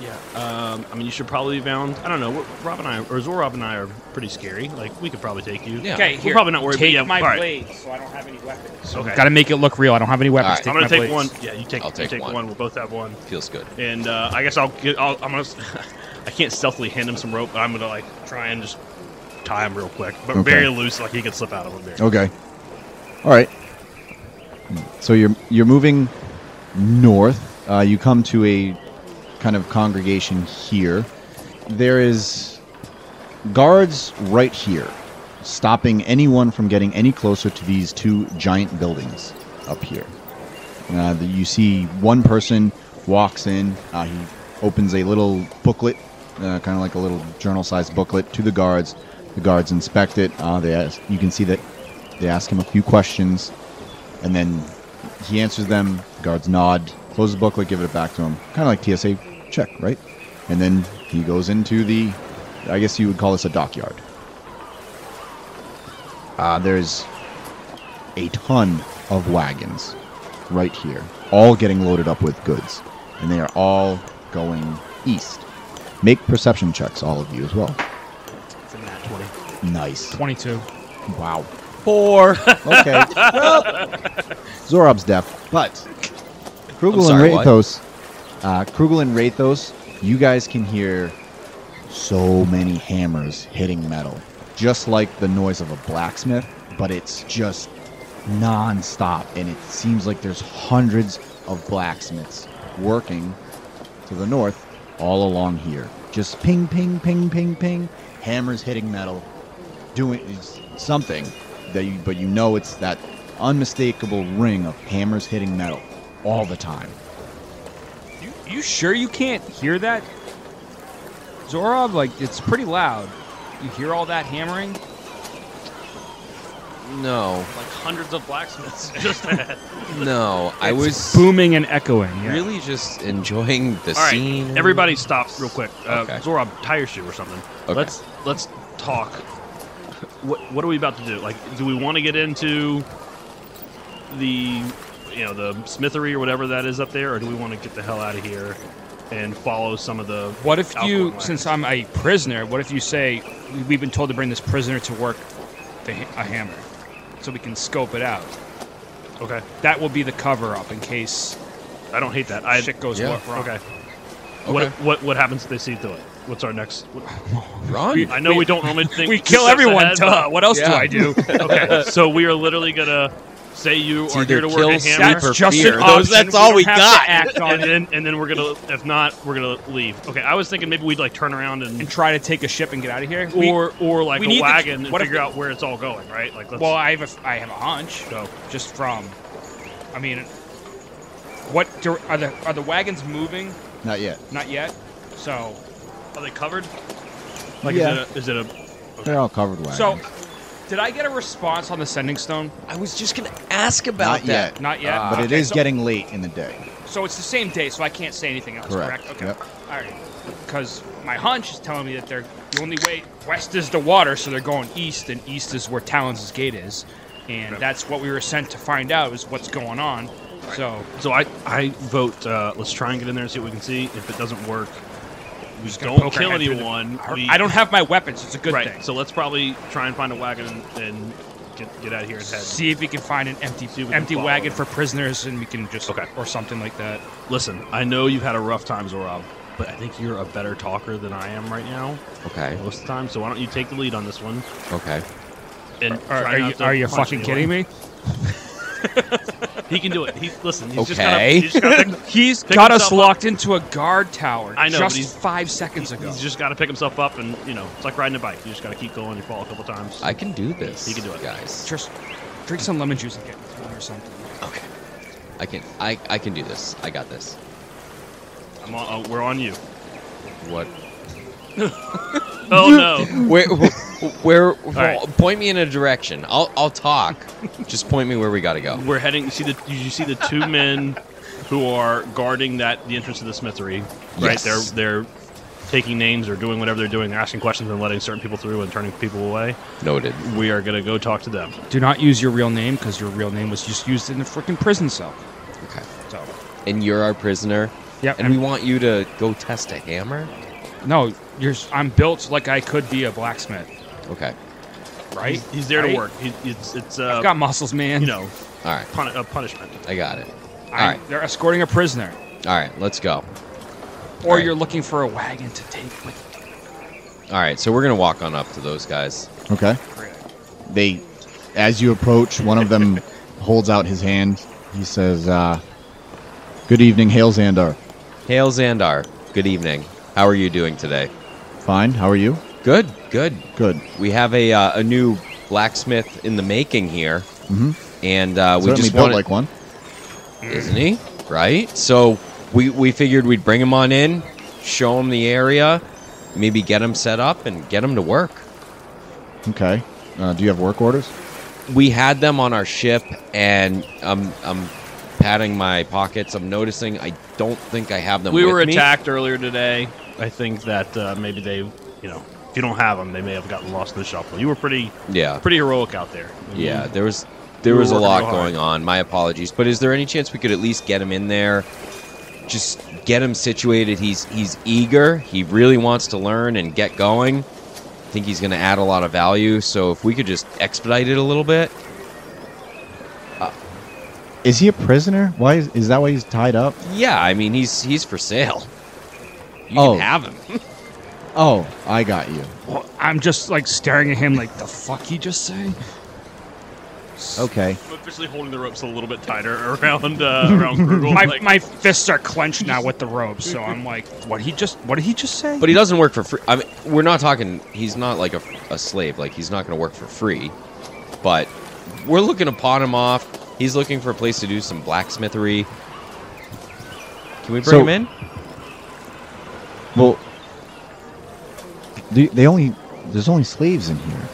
[SPEAKER 2] Yeah. Um, I mean, you should probably be bound. I don't know. we're- Rob and I, or Zorob and I, are pretty scary. Like we could probably take you.
[SPEAKER 4] Yeah.
[SPEAKER 2] We're probably not worried, but
[SPEAKER 3] Take
[SPEAKER 2] yeah,
[SPEAKER 3] my
[SPEAKER 2] all right.
[SPEAKER 3] blade, so I don't have any weapons.
[SPEAKER 2] Okay.
[SPEAKER 3] Got to make it look real. I don't have any
[SPEAKER 4] All
[SPEAKER 3] weapons.
[SPEAKER 4] right.
[SPEAKER 3] Take
[SPEAKER 2] I'm gonna
[SPEAKER 3] my
[SPEAKER 2] take
[SPEAKER 3] blades.
[SPEAKER 2] one. Yeah, you take.
[SPEAKER 4] I'll
[SPEAKER 2] you
[SPEAKER 4] take one.
[SPEAKER 2] We'll both have one.
[SPEAKER 4] Feels good.
[SPEAKER 2] And uh, I guess I'll get. I'll, I'm gonna. s- I can't stealthily hand him some rope, but I'm gonna like try and just tie him real quick, but
[SPEAKER 1] Okay.
[SPEAKER 2] very loose, like he could slip out of him there.
[SPEAKER 1] Okay. All right. So you're you're moving north. Uh, you come to a kind of congregation here. There is guards right here, stopping anyone from getting any closer to these two giant buildings up here. Uh, the, you see one person walks in. Uh, he opens a little booklet, uh, kind of like a little journal-sized booklet, to the guards. The guards inspect it. Uh, they ask, you can see that they ask him a few questions, and then he answers them. Guards nod, close the booklet, give it back to him, kind of like TSA check, right? And then he goes into the, I guess you would call this a dockyard. Uh, there's a ton of wagons right here, all getting loaded up with goods, and they are all going east. Make perception checks, all of you as well.
[SPEAKER 2] It's a nat 20.
[SPEAKER 1] Nice.
[SPEAKER 3] Twenty-two.
[SPEAKER 1] Wow.
[SPEAKER 4] Four.
[SPEAKER 1] Okay. well, Zorob's deaf, but Krugel
[SPEAKER 4] sorry,
[SPEAKER 1] and
[SPEAKER 4] what?
[SPEAKER 1] Rathos, uh, Krugel and Rathos, you guys can hear so many hammers hitting metal, just like the noise of a blacksmith, but it's just non-stop, and it seems like there's hundreds of blacksmiths working to the north all along here. Just ping, ping, ping, ping, ping, hammers hitting metal, doing it's something that you, but you know it's that unmistakable ring of hammers hitting metal all the time.
[SPEAKER 3] You, you sure you can't hear that, Zorob? Like it's pretty loud. You hear all that hammering?
[SPEAKER 4] No,
[SPEAKER 2] Like hundreds of blacksmiths just ahead.
[SPEAKER 4] no. I
[SPEAKER 3] It's
[SPEAKER 4] was
[SPEAKER 3] booming and echoing. yeah.
[SPEAKER 4] really just enjoying the
[SPEAKER 2] All right,
[SPEAKER 4] scene.
[SPEAKER 2] everybody stops real quick. Uh,
[SPEAKER 4] Okay.
[SPEAKER 2] Zorob tires you or something.
[SPEAKER 4] Okay.
[SPEAKER 2] Let's let's talk. What what are we about to do? Like, do we want to get into the you know the smithery or whatever that is up there, or do we want to get the hell out of here and follow some of the?
[SPEAKER 3] What if
[SPEAKER 2] outgoing
[SPEAKER 3] you,
[SPEAKER 2] wagons?
[SPEAKER 3] since I'm a prisoner, what if you say "We- we've been told to bring this prisoner to work the, ha- a hammer, so we can scope it out.
[SPEAKER 2] okay,
[SPEAKER 3] That will be the cover up in case
[SPEAKER 2] I don't hate that. I
[SPEAKER 3] shit goes
[SPEAKER 4] yeah.
[SPEAKER 3] wa- wrong.
[SPEAKER 2] okay.
[SPEAKER 4] Okay.
[SPEAKER 2] What what what happens if they see through it? What's our next? What,
[SPEAKER 4] Run.
[SPEAKER 2] I know we,
[SPEAKER 3] We-
[SPEAKER 2] don't normally think
[SPEAKER 3] We kill everyone.
[SPEAKER 2] Ahead,
[SPEAKER 3] Duh. What else do
[SPEAKER 4] Yeah.
[SPEAKER 3] I do?
[SPEAKER 2] okay, so we are literally gonna say you
[SPEAKER 4] It's
[SPEAKER 2] are here
[SPEAKER 4] either
[SPEAKER 2] to
[SPEAKER 4] kill,
[SPEAKER 2] work a hammer,
[SPEAKER 4] sleep,
[SPEAKER 3] That's
[SPEAKER 4] Reaper
[SPEAKER 3] just
[SPEAKER 4] fear.
[SPEAKER 3] an
[SPEAKER 4] Those-
[SPEAKER 3] option.
[SPEAKER 4] that's
[SPEAKER 3] We
[SPEAKER 4] all
[SPEAKER 3] don't
[SPEAKER 4] we
[SPEAKER 3] have to
[SPEAKER 4] got.
[SPEAKER 3] act on
[SPEAKER 2] and
[SPEAKER 3] it
[SPEAKER 2] then and then we're gonna if not we're gonna leave. Okay, I was thinking maybe we'd like turn around
[SPEAKER 3] and
[SPEAKER 2] and
[SPEAKER 3] try to take a ship and get out of here. We-
[SPEAKER 2] or or like
[SPEAKER 3] we
[SPEAKER 2] a
[SPEAKER 3] need to-
[SPEAKER 2] wagon and
[SPEAKER 3] what if
[SPEAKER 2] figure
[SPEAKER 3] we-
[SPEAKER 2] out where it's all going, right? Like let's
[SPEAKER 3] well, I have a f- I have a hunch.
[SPEAKER 2] go.
[SPEAKER 3] just from i mean what dir- are the are the wagons moving
[SPEAKER 1] Not yet.
[SPEAKER 3] not yet so
[SPEAKER 2] Are they covered? Like
[SPEAKER 1] Yeah.
[SPEAKER 2] is it a, is it
[SPEAKER 1] They're all covered wagons.
[SPEAKER 3] so did i get a response on the sending stone
[SPEAKER 4] I was just gonna ask
[SPEAKER 1] not
[SPEAKER 4] about that.
[SPEAKER 1] yet.
[SPEAKER 3] not yet
[SPEAKER 4] Ah.
[SPEAKER 1] but it
[SPEAKER 3] Okay,
[SPEAKER 1] is
[SPEAKER 3] so,
[SPEAKER 1] getting late in the day.
[SPEAKER 3] so it's the same day so i can't say anything else correct,
[SPEAKER 1] Correct,
[SPEAKER 3] okay
[SPEAKER 1] yep.
[SPEAKER 3] all right because my hunch is telling me that they're the only way west is the water so they're going east and east is where talons' gate is and
[SPEAKER 2] Okay.
[SPEAKER 3] that's what we were sent to find out is what's going on so
[SPEAKER 2] a, so I I vote uh, let's try and get in there and see what we can see. If it doesn't work, we
[SPEAKER 3] just gonna
[SPEAKER 2] don't
[SPEAKER 3] poke our
[SPEAKER 2] kill
[SPEAKER 3] head through the-
[SPEAKER 2] anyone. we,
[SPEAKER 3] i don't have my weapons it's a good
[SPEAKER 2] right.
[SPEAKER 3] thing
[SPEAKER 2] So let's probably try and find a wagon and, and get get out of here and head.
[SPEAKER 3] See if we can find an empty
[SPEAKER 2] See if we can
[SPEAKER 3] empty
[SPEAKER 2] follow
[SPEAKER 3] wagon
[SPEAKER 2] them.
[SPEAKER 3] for prisoners, and we can just
[SPEAKER 2] Okay.
[SPEAKER 3] or something like that.
[SPEAKER 2] Listen, I know you've had a rough time, Zorob, but I think you're a better talker than I am right now
[SPEAKER 4] Okay.
[SPEAKER 2] most of the time. So why don't you take the lead on this one?
[SPEAKER 4] Okay.
[SPEAKER 2] And
[SPEAKER 3] Are,
[SPEAKER 2] try
[SPEAKER 3] are
[SPEAKER 2] not
[SPEAKER 3] you
[SPEAKER 2] to
[SPEAKER 3] are you
[SPEAKER 2] punch
[SPEAKER 3] fucking
[SPEAKER 2] anyone.
[SPEAKER 3] kidding me?
[SPEAKER 2] He can do it. He's listen. He's just gotta,
[SPEAKER 4] Okay.
[SPEAKER 2] he's just gotta,
[SPEAKER 3] He's
[SPEAKER 2] Pick
[SPEAKER 3] got us
[SPEAKER 2] himself up.
[SPEAKER 3] locked into a guard tower
[SPEAKER 2] I know, but
[SPEAKER 3] just
[SPEAKER 2] he's-
[SPEAKER 3] five seconds ago.
[SPEAKER 2] he's just gotta pick himself up, and you know, it's like riding a bike. You just gotta keep going. You fall a couple times.
[SPEAKER 4] I can do this.
[SPEAKER 2] You can do it.
[SPEAKER 4] guys.
[SPEAKER 3] Just drink some lemon juice and get one or something.
[SPEAKER 4] Okay. I can. I I can do this. I got this.
[SPEAKER 2] I'm on, oh, we're on you.
[SPEAKER 4] What?
[SPEAKER 2] Oh no.
[SPEAKER 4] Where? Where?
[SPEAKER 2] right.
[SPEAKER 4] Point me in a direction. I'll I'll talk. Just point me where we gotta go.
[SPEAKER 2] We're heading. You see the you see the two men who are guarding that the entrance to the smithery. Right.
[SPEAKER 4] Yes.
[SPEAKER 2] They're they're taking names or doing whatever they're doing. They're asking questions and letting certain people through and turning people away.
[SPEAKER 4] Noted.
[SPEAKER 2] We are gonna go talk to them.
[SPEAKER 3] Do not use your real name because your real name was just used in the freaking prison cell.
[SPEAKER 4] Okay.
[SPEAKER 3] So,
[SPEAKER 4] And you're our prisoner.
[SPEAKER 3] Yep,
[SPEAKER 4] And
[SPEAKER 3] I'm-
[SPEAKER 4] we want you to go test a hammer.
[SPEAKER 3] no, you're, s- I'm built like I could be a blacksmith,
[SPEAKER 4] Okay.
[SPEAKER 3] right?
[SPEAKER 2] He's, he's there
[SPEAKER 3] Right?
[SPEAKER 2] to work. He, it's it's uh,
[SPEAKER 3] I've got muscles, man.
[SPEAKER 2] you know
[SPEAKER 4] All right.
[SPEAKER 2] pun- a punishment.
[SPEAKER 4] I got it. All
[SPEAKER 3] I'm-
[SPEAKER 4] right.
[SPEAKER 3] They're escorting a prisoner,
[SPEAKER 4] All right. Let's go.
[SPEAKER 3] or
[SPEAKER 4] Right.
[SPEAKER 3] you're looking for a wagon to take with.
[SPEAKER 4] All right. So we're gonna walk on up to those guys.
[SPEAKER 1] Okay. They, as you approach, one of them holds out his hand. He says, uh, "Good evening, Hail Xandar.
[SPEAKER 4] Hail Xandar. Good evening. How are you doing today?
[SPEAKER 1] Fine. How are you?
[SPEAKER 4] Good. Good.
[SPEAKER 1] Good.
[SPEAKER 4] We have a uh, a new blacksmith in the making here,
[SPEAKER 1] Mm-hmm.
[SPEAKER 4] and uh, we
[SPEAKER 1] Certainly
[SPEAKER 4] just
[SPEAKER 1] built
[SPEAKER 4] wanted,
[SPEAKER 1] like one.
[SPEAKER 4] isn't he? Right. So we we figured we'd bring him on in, show him the area, maybe get him set up, and get him to work.
[SPEAKER 1] Okay. Uh, do you have work orders?
[SPEAKER 4] We had them on our ship, and I'm I'm patting my pockets. I'm noticing I don't think I have them.
[SPEAKER 2] we
[SPEAKER 4] with
[SPEAKER 2] were
[SPEAKER 4] me.
[SPEAKER 2] attacked earlier today. I think that uh, maybe they, you know, if you don't have them, they may have gotten lost in the shuffle. You were pretty,
[SPEAKER 4] Yeah.
[SPEAKER 2] pretty heroic out there. I mean,
[SPEAKER 4] Yeah, there was there
[SPEAKER 2] Mm-hmm. We were
[SPEAKER 4] was a
[SPEAKER 2] working
[SPEAKER 4] lot
[SPEAKER 2] real hard.
[SPEAKER 4] going on. My apologies, but is there any chance we could at least get him in there? Just get him situated. He's he's eager. He really wants to learn and get going. I think he's going to add a lot of value. So if we could just expedite it a little bit,
[SPEAKER 1] Is he a prisoner? Why is, is that why he's tied up?
[SPEAKER 4] yeah. I mean, he's he's for sale. You
[SPEAKER 1] Oh.
[SPEAKER 4] can have him.
[SPEAKER 1] Oh, I got you.
[SPEAKER 3] Well, I'm just like staring at him, like the fuck he just say.
[SPEAKER 1] Okay.
[SPEAKER 2] I'm officially holding the ropes a little bit tighter around uh, around Grugel.
[SPEAKER 3] My,
[SPEAKER 2] like,
[SPEAKER 3] my fists are clenched now with the ropes, so I'm like, what he just, what did he just say?
[SPEAKER 4] But he doesn't work for free. I mean, we're not talking. He's not like a, a slave. Like he's not going to work for free. But we're looking to pawn him off. He's looking for a place to do some blacksmithery. Can we bring
[SPEAKER 1] So-
[SPEAKER 4] him in?
[SPEAKER 1] Well, do- they only there's only slaves in here.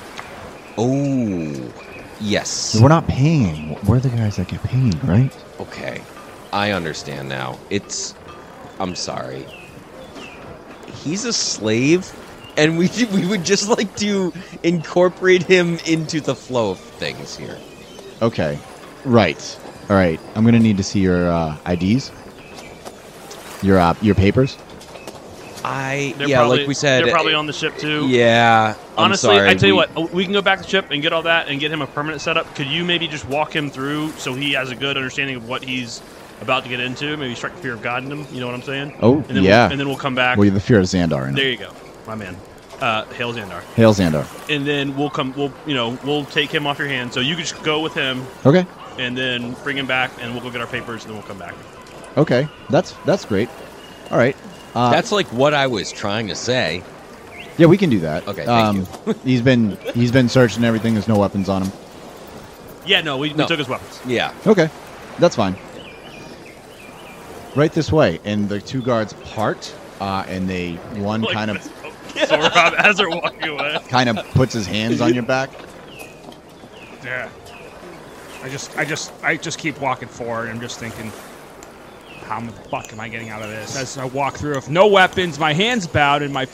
[SPEAKER 4] Oh, yes.
[SPEAKER 1] We're not paying. any- We're the guys that get paid, right?
[SPEAKER 4] Okay, I understand now. It's. I'm sorry. He's a slave, and we we would just like to incorporate him into the flow of things here.
[SPEAKER 1] Okay. Right. All right. I'm gonna need to see your uh, IDs. Your uh, your papers.
[SPEAKER 4] I
[SPEAKER 2] they're
[SPEAKER 4] yeah,
[SPEAKER 2] probably,
[SPEAKER 4] like we said,
[SPEAKER 2] they're probably
[SPEAKER 4] uh,
[SPEAKER 2] on the ship too.
[SPEAKER 4] Yeah. I'm
[SPEAKER 2] Honestly,
[SPEAKER 4] sorry,
[SPEAKER 2] I tell you
[SPEAKER 4] we-
[SPEAKER 2] what, oh, we can go back to the ship and get all that and get him a permanent setup. Could you maybe just walk him through so he has a good understanding of what he's about to get into? Maybe strike the fear of God in him. You know what I'm saying?
[SPEAKER 1] Oh,
[SPEAKER 2] and then
[SPEAKER 1] yeah.
[SPEAKER 2] We'll, and then we'll come back.
[SPEAKER 1] Well, you're the fear of Xandar. In
[SPEAKER 2] there
[SPEAKER 1] it.
[SPEAKER 2] you go, my man. Uh, Hail Xandar.
[SPEAKER 1] Hail Xandar.
[SPEAKER 2] and then we'll come we'll you know we'll take him off your hand so you can just go with him
[SPEAKER 1] Okay.
[SPEAKER 2] and then bring him back and we'll go get our papers and then we'll come back
[SPEAKER 1] Okay. That's that's great. All right. Uh,
[SPEAKER 4] That's like what I was trying to say.
[SPEAKER 1] yeah. We can do that.
[SPEAKER 4] Okay, thank
[SPEAKER 1] you. he's been he's been searching everything. There's no weapons on him.
[SPEAKER 2] yeah no we,
[SPEAKER 4] No.
[SPEAKER 2] we took his weapons
[SPEAKER 4] Yeah.
[SPEAKER 1] Okay, that's fine. Right this way, and the two guards part, uh, and they one
[SPEAKER 2] Like
[SPEAKER 1] kind of
[SPEAKER 2] this. so Rob as they're walking away
[SPEAKER 1] kind of puts his hands on your back.
[SPEAKER 3] Yeah. I just, I just, I just keep walking forward. I'm just thinking, how the fuck am I getting out of this? As I walk through with no weapons, my hands bowed, and my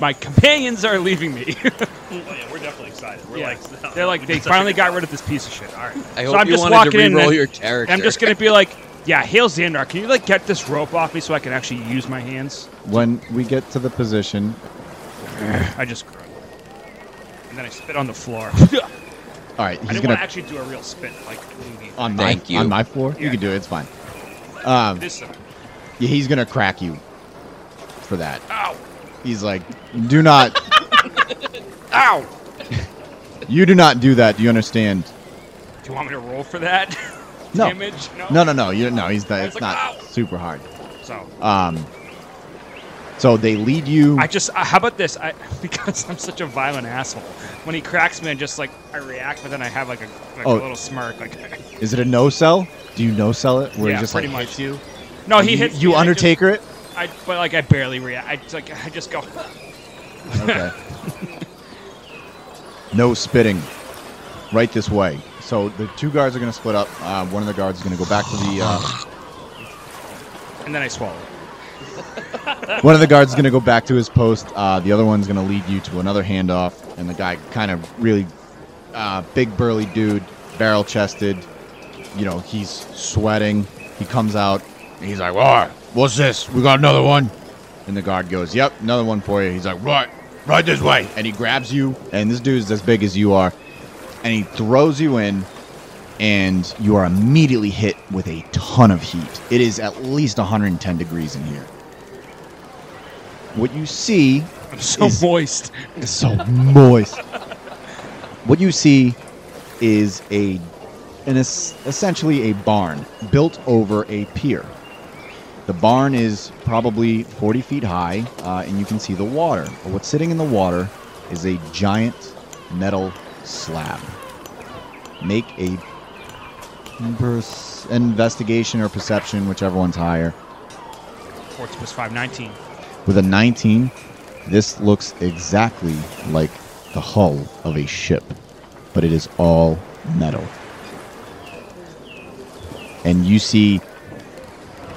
[SPEAKER 3] my companions are leaving me.
[SPEAKER 2] oh, yeah, we're definitely excited we're
[SPEAKER 3] Yeah.
[SPEAKER 2] like
[SPEAKER 3] They're like,
[SPEAKER 2] we
[SPEAKER 3] they
[SPEAKER 2] did such a
[SPEAKER 3] finally
[SPEAKER 2] good
[SPEAKER 3] got
[SPEAKER 2] job.
[SPEAKER 3] rid of this piece of shit. All right.
[SPEAKER 4] I
[SPEAKER 3] so
[SPEAKER 4] hope
[SPEAKER 3] I'm
[SPEAKER 4] you
[SPEAKER 3] just
[SPEAKER 4] wanted to
[SPEAKER 3] walking in
[SPEAKER 4] re-roll
[SPEAKER 3] and-
[SPEAKER 4] your character.
[SPEAKER 3] I'm just gonna be like, yeah, hail Xandar, can you like get this rope off me so I can actually use my hands?
[SPEAKER 1] When we get to the position,
[SPEAKER 3] I just grunt. And then I spit on the floor.
[SPEAKER 1] all right,
[SPEAKER 3] I
[SPEAKER 1] he's
[SPEAKER 3] didn't want
[SPEAKER 1] gonna
[SPEAKER 3] to actually do a real spit like movie.
[SPEAKER 1] on my
[SPEAKER 4] Thank you.
[SPEAKER 1] on my floor. You
[SPEAKER 3] Yeah.
[SPEAKER 1] can do it. It's fine. Um,
[SPEAKER 3] this time.
[SPEAKER 1] yeah, he's gonna crack you for that.
[SPEAKER 3] Ow!
[SPEAKER 1] He's like, do not,
[SPEAKER 3] Ow!
[SPEAKER 1] you do not do that. Do you understand?
[SPEAKER 3] Do you want me to roll for that?
[SPEAKER 1] No.
[SPEAKER 3] Damage? No.
[SPEAKER 1] No, no, no. You no. He's the,
[SPEAKER 3] It's
[SPEAKER 1] it's not
[SPEAKER 3] like, "Ow!"
[SPEAKER 1] super hard.
[SPEAKER 3] So
[SPEAKER 1] Um. So they lead you.
[SPEAKER 3] I just, uh, how about this? I because I'm such a violent asshole. When he cracks me, I just like I react, but then I have like a, like
[SPEAKER 1] Oh.
[SPEAKER 3] a little smirk. Like,
[SPEAKER 1] Is it a no sell? Do you no sell it? Where
[SPEAKER 3] Yeah,
[SPEAKER 1] he just
[SPEAKER 3] pretty
[SPEAKER 1] like
[SPEAKER 3] much.
[SPEAKER 1] hits you?
[SPEAKER 3] no, Oh, he
[SPEAKER 1] You-
[SPEAKER 3] hits.
[SPEAKER 1] You
[SPEAKER 3] me, I just-
[SPEAKER 1] Undertaker it?
[SPEAKER 3] I, but like I barely react. I just, like I just go.
[SPEAKER 1] Okay. no spitting. Right this way. So the two guards are going to split up. Uh, one of the guards is going to go back to the. Uh,
[SPEAKER 3] and then I swallow.
[SPEAKER 1] one of the guards is going to go back to his post. Uh, the other one's going to lead you to another handoff. And the guy, kind of really uh, big, burly dude, barrel chested. You know, he's sweating. He comes out. and He's like, "All right, what's this? We got another one." And the guard goes, "Yep, another one for you." He's like, "Right, right this way." And he grabs you. And this dude's as big as you are. and he throws you in and you are immediately hit with a ton of heat. It is at least 110 degrees in here. What you see
[SPEAKER 3] I'm so
[SPEAKER 1] Is-
[SPEAKER 3] moist.
[SPEAKER 1] is so moist. What you see is a an es- essentially a barn built over a pier. The barn is probably 40 feet high, uh, and you can see the water. But what's sitting in the water is a giant metal slab. Make a pers- investigation or perception, whichever one's higher.
[SPEAKER 3] Fourteen plus five, nineteen.
[SPEAKER 1] With a 19, this looks exactly like the hull of a ship, but it is all metal. And you see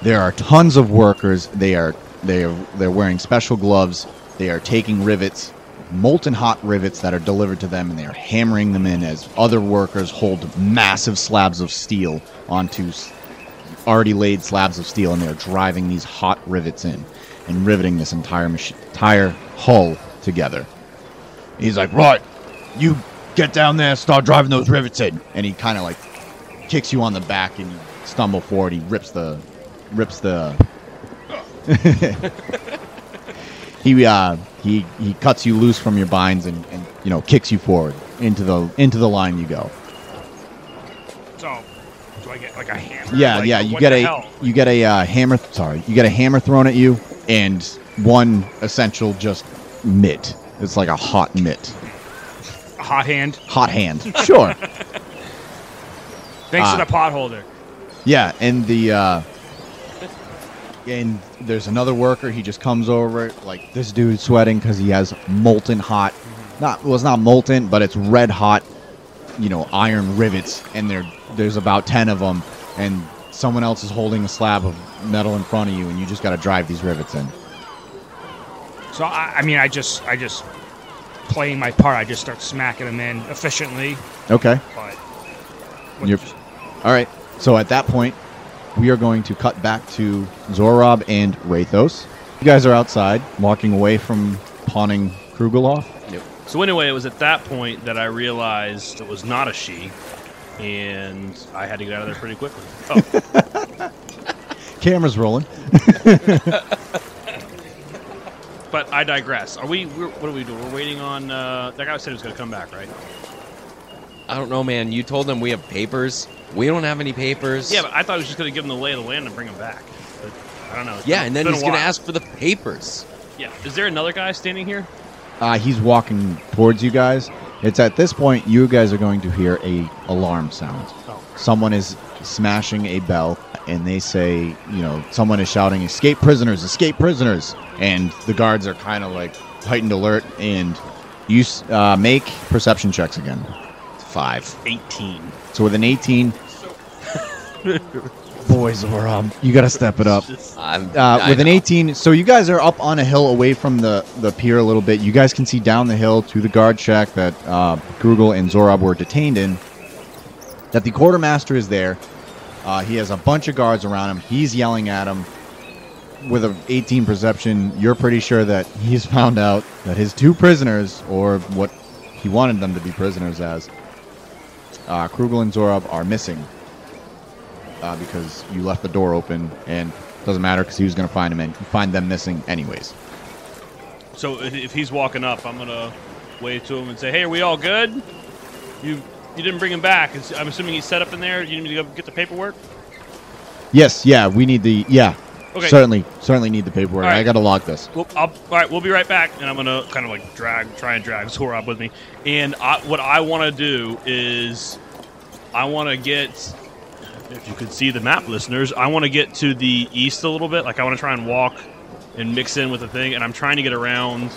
[SPEAKER 1] there are tons of workers. They are they are they're wearing special gloves. They are taking rivets, molten hot rivets that are delivered to them and they are hammering them in as other workers hold massive slabs of steel onto s- already laid slabs of steel and they're driving these hot rivets in and riveting this entire mach- entire hull together. He's like, "Right, you get down there, and start driving those rivets in." And he kind of like kicks you on the back and you stumble forward. He rips the rips the he uh he he cuts you loose from your binds and, and you know kicks you forward into the into the line you go.
[SPEAKER 3] So, do I get like a hammer?
[SPEAKER 1] Yeah,
[SPEAKER 3] Like,
[SPEAKER 1] yeah. You
[SPEAKER 3] what
[SPEAKER 1] get
[SPEAKER 3] the
[SPEAKER 1] a
[SPEAKER 3] hell?
[SPEAKER 1] you get a uh, hammer. Sorry, you get a hammer thrown at you, and one essential just mitt. It's like a hot mitt,
[SPEAKER 3] a hot hand.
[SPEAKER 1] hot hand. Sure.
[SPEAKER 3] Thanks
[SPEAKER 1] Ah.
[SPEAKER 3] to the pot holder.
[SPEAKER 1] Yeah, and the uh, and there's another worker. He just comes over like this dude's sweating because he has molten hot, not well, it's not molten, but it's red hot, you know, iron rivets, and there there's about ten of them, and someone else is holding a slab of metal in front of you, and you just got to drive these rivets in.
[SPEAKER 3] So I, I mean, I just, I just playing my part. I just start smacking them in efficiently,
[SPEAKER 1] Okay.
[SPEAKER 3] but
[SPEAKER 1] You're- All right. So at that point, we are going to cut back to Zorob and Rathos. You guys are outside, walking away from pawning Krugeloff.
[SPEAKER 2] So anyway, it was at that point that I realized it was not a she, and I had to get out of there pretty quickly. Oh,
[SPEAKER 1] Camera's rolling.
[SPEAKER 2] but I digress. Are we? We're, what are we doing? We're waiting on uh, that guy said he was going to come back, right?
[SPEAKER 4] I don't know, man. You told them we have papers. We don't have any papers.
[SPEAKER 2] Yeah, but I thought he was just going to give him the lay of the land and bring him back. But I don't know. It's
[SPEAKER 4] yeah,
[SPEAKER 2] been-
[SPEAKER 4] and then
[SPEAKER 2] been a
[SPEAKER 4] he's gonna
[SPEAKER 2] while.
[SPEAKER 4] ask for the papers.
[SPEAKER 2] Yeah. Is there another guy standing here?
[SPEAKER 1] Uh, he's walking towards you guys. It's at this point you guys are going to hear a alarm sound.
[SPEAKER 2] Oh.
[SPEAKER 1] Someone is smashing a bell, and they say, you know, someone is shouting, "Escape prisoners! Escape prisoners!" And the guards are kind of like heightened alert. And you s- uh, make perception checks again. Five.
[SPEAKER 2] 18.
[SPEAKER 1] So with an 18, boys, we're up. You got to step it up.
[SPEAKER 4] I'm
[SPEAKER 1] Uh,
[SPEAKER 4] I
[SPEAKER 1] with an
[SPEAKER 4] know.
[SPEAKER 1] 18, so you guys are up on a hill away from the, the pier a little bit. You guys can see down the hill to the guard shack that uh, Grugel and Zorob were detained in, that the quartermaster is there. Uh, he has a bunch of guards around him. He's yelling at him. With an 18 perception, you're pretty sure that he's found out that his two prisoners, or what he wanted them to be prisoners as, uh, Krugel and Zorob are missing uh, because you left the door open, and doesn't matter because he was going to find him and find them missing anyways.
[SPEAKER 2] So if- if he's walking up, I'm going to wave to him and say, "Hey, are we all good? You you didn't bring him back. Is- I'm assuming he's set up in there. You need me to go get the paperwork.
[SPEAKER 1] Yes, yeah, we need the yeah.
[SPEAKER 2] Okay.
[SPEAKER 1] Certainly, certainly need the paperwork.
[SPEAKER 2] All right.
[SPEAKER 1] I gotta log this.
[SPEAKER 2] Well, I'll, all right, we'll be right back, and I'm gonna kind of like drag, try and drag Zorab with me. And I, what I want to do is, I want to get, if you could see the map, listeners, I want to get to the east a little bit. Like I want to try and walk and mix in with the thing, and I'm trying to get around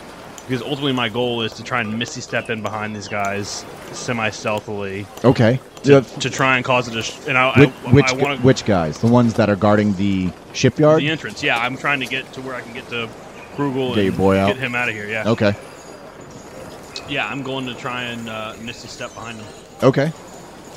[SPEAKER 2] because ultimately my goal is to try and misty step in behind these guys semi stealthily
[SPEAKER 1] Okay.
[SPEAKER 2] to,
[SPEAKER 1] Yeah,
[SPEAKER 2] to try and cause a dis- and
[SPEAKER 1] Which,
[SPEAKER 2] I, I,
[SPEAKER 1] which,
[SPEAKER 2] I want to
[SPEAKER 1] which guys? The ones that are guarding the shipyard?
[SPEAKER 2] the entrance. Yeah, I'm trying to get to where I can get to Krugel
[SPEAKER 1] Get
[SPEAKER 2] and
[SPEAKER 1] your boy out.
[SPEAKER 2] get him out of here. Yeah.
[SPEAKER 1] Okay.
[SPEAKER 2] Yeah, I'm going to try and uh, Misty step behind him.
[SPEAKER 1] Okay.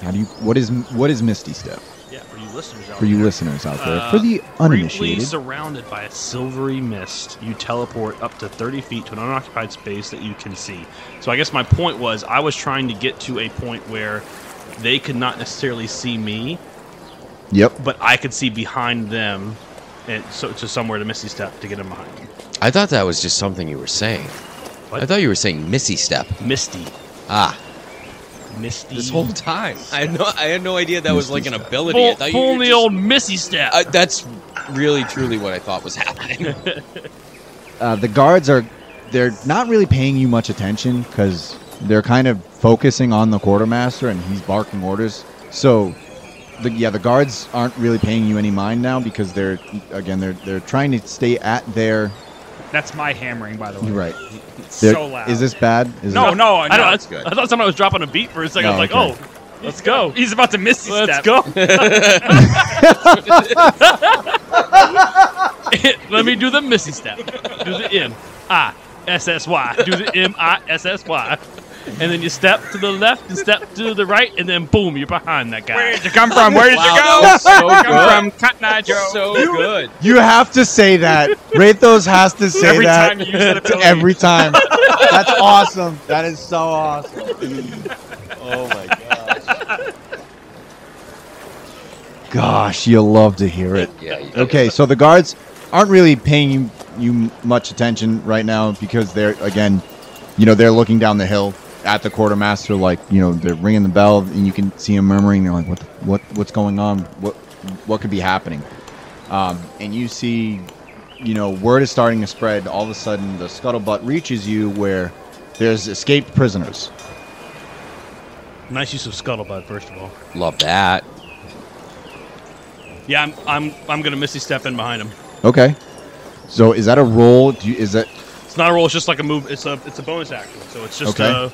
[SPEAKER 1] How do you? What is what is Misty Step
[SPEAKER 2] Yeah, for you listeners out
[SPEAKER 1] for you
[SPEAKER 2] there.
[SPEAKER 1] listeners out there?
[SPEAKER 2] Uh,
[SPEAKER 1] for the
[SPEAKER 2] Briefly
[SPEAKER 1] uninitiated,
[SPEAKER 2] surrounded by a silvery mist, you teleport up to 30 feet to an unoccupied space that you can see. So I guess my point was I was trying to get to a point where they could not necessarily see me,
[SPEAKER 1] yep.
[SPEAKER 2] but I could see behind them, and so to somewhere to Misty step to get him behind.
[SPEAKER 4] I thought that was just something you were saying.
[SPEAKER 2] What?
[SPEAKER 4] I thought you were saying Missy Step.
[SPEAKER 2] Misty,
[SPEAKER 4] Ah,
[SPEAKER 2] Misty.
[SPEAKER 4] this whole time I had no, I had no idea that was
[SPEAKER 1] Misty
[SPEAKER 4] like an
[SPEAKER 1] Step.
[SPEAKER 4] ability. I
[SPEAKER 2] pull,
[SPEAKER 4] thought you
[SPEAKER 2] pull
[SPEAKER 4] were
[SPEAKER 2] the
[SPEAKER 4] just-
[SPEAKER 2] old Misty step.
[SPEAKER 4] Uh, that's really truly what I thought was happening.
[SPEAKER 1] Uh, the guards are they're not really paying you much attention because they're kind of focusing on the quartermaster and he's barking orders. So, the, yeah, the guards aren't really paying you any mind now because they're again they're they're trying to stay at their.
[SPEAKER 3] That's my hammering, by the way.
[SPEAKER 1] You're right.
[SPEAKER 3] It's
[SPEAKER 1] They're-
[SPEAKER 3] so loud.
[SPEAKER 1] Is this bad? Is
[SPEAKER 3] No,
[SPEAKER 1] it-
[SPEAKER 3] no,
[SPEAKER 2] I,
[SPEAKER 3] no.
[SPEAKER 2] don't,
[SPEAKER 4] that's good.
[SPEAKER 2] I thought someone was dropping a beat for a second. I
[SPEAKER 1] No,
[SPEAKER 2] was like,
[SPEAKER 1] okay.
[SPEAKER 2] oh, let's go.
[SPEAKER 3] He's about to miss his
[SPEAKER 2] Let's
[SPEAKER 3] step.
[SPEAKER 2] go. Let me do the missy step. Do the M I S S Y. Do the M I S S Y. And then you step to the left and step to the right, and then boom, you're behind that
[SPEAKER 3] Where
[SPEAKER 2] guy.
[SPEAKER 3] did you come from? Where did you
[SPEAKER 4] Wow,
[SPEAKER 3] go?
[SPEAKER 4] that was so
[SPEAKER 3] Come
[SPEAKER 4] good.
[SPEAKER 3] from Katna Joe.
[SPEAKER 4] so good.
[SPEAKER 1] You have to say that. Rathos has to say
[SPEAKER 3] every
[SPEAKER 1] that
[SPEAKER 3] time you use an
[SPEAKER 1] to
[SPEAKER 3] ability.
[SPEAKER 1] every time. That's awesome. That is so awesome.
[SPEAKER 4] Oh my gosh.
[SPEAKER 1] Gosh, you'll love to hear it.
[SPEAKER 4] Yeah. you did.
[SPEAKER 1] Okay, so the guards aren't really paying you, you much attention right now because they're again, you know, they're looking down the hill at the quartermaster, like you know, they're ringing the bell, and you can see them murmuring. They're like, "What? The, what? What's going on? What? What could be happening?" Um, and you see, you know, word is starting to spread. All of a sudden, the scuttlebutt reaches you where there's escaped prisoners.
[SPEAKER 2] Nice use of scuttlebutt, first of all.
[SPEAKER 4] Love that.
[SPEAKER 2] Yeah, I'm I'm I'm gonna missy step in behind him.
[SPEAKER 1] Okay, so is that a roll? Do you, is that
[SPEAKER 2] It's not a roll. It's just like a move. It's a it's a bonus action. So it's just
[SPEAKER 1] Okay.
[SPEAKER 2] uh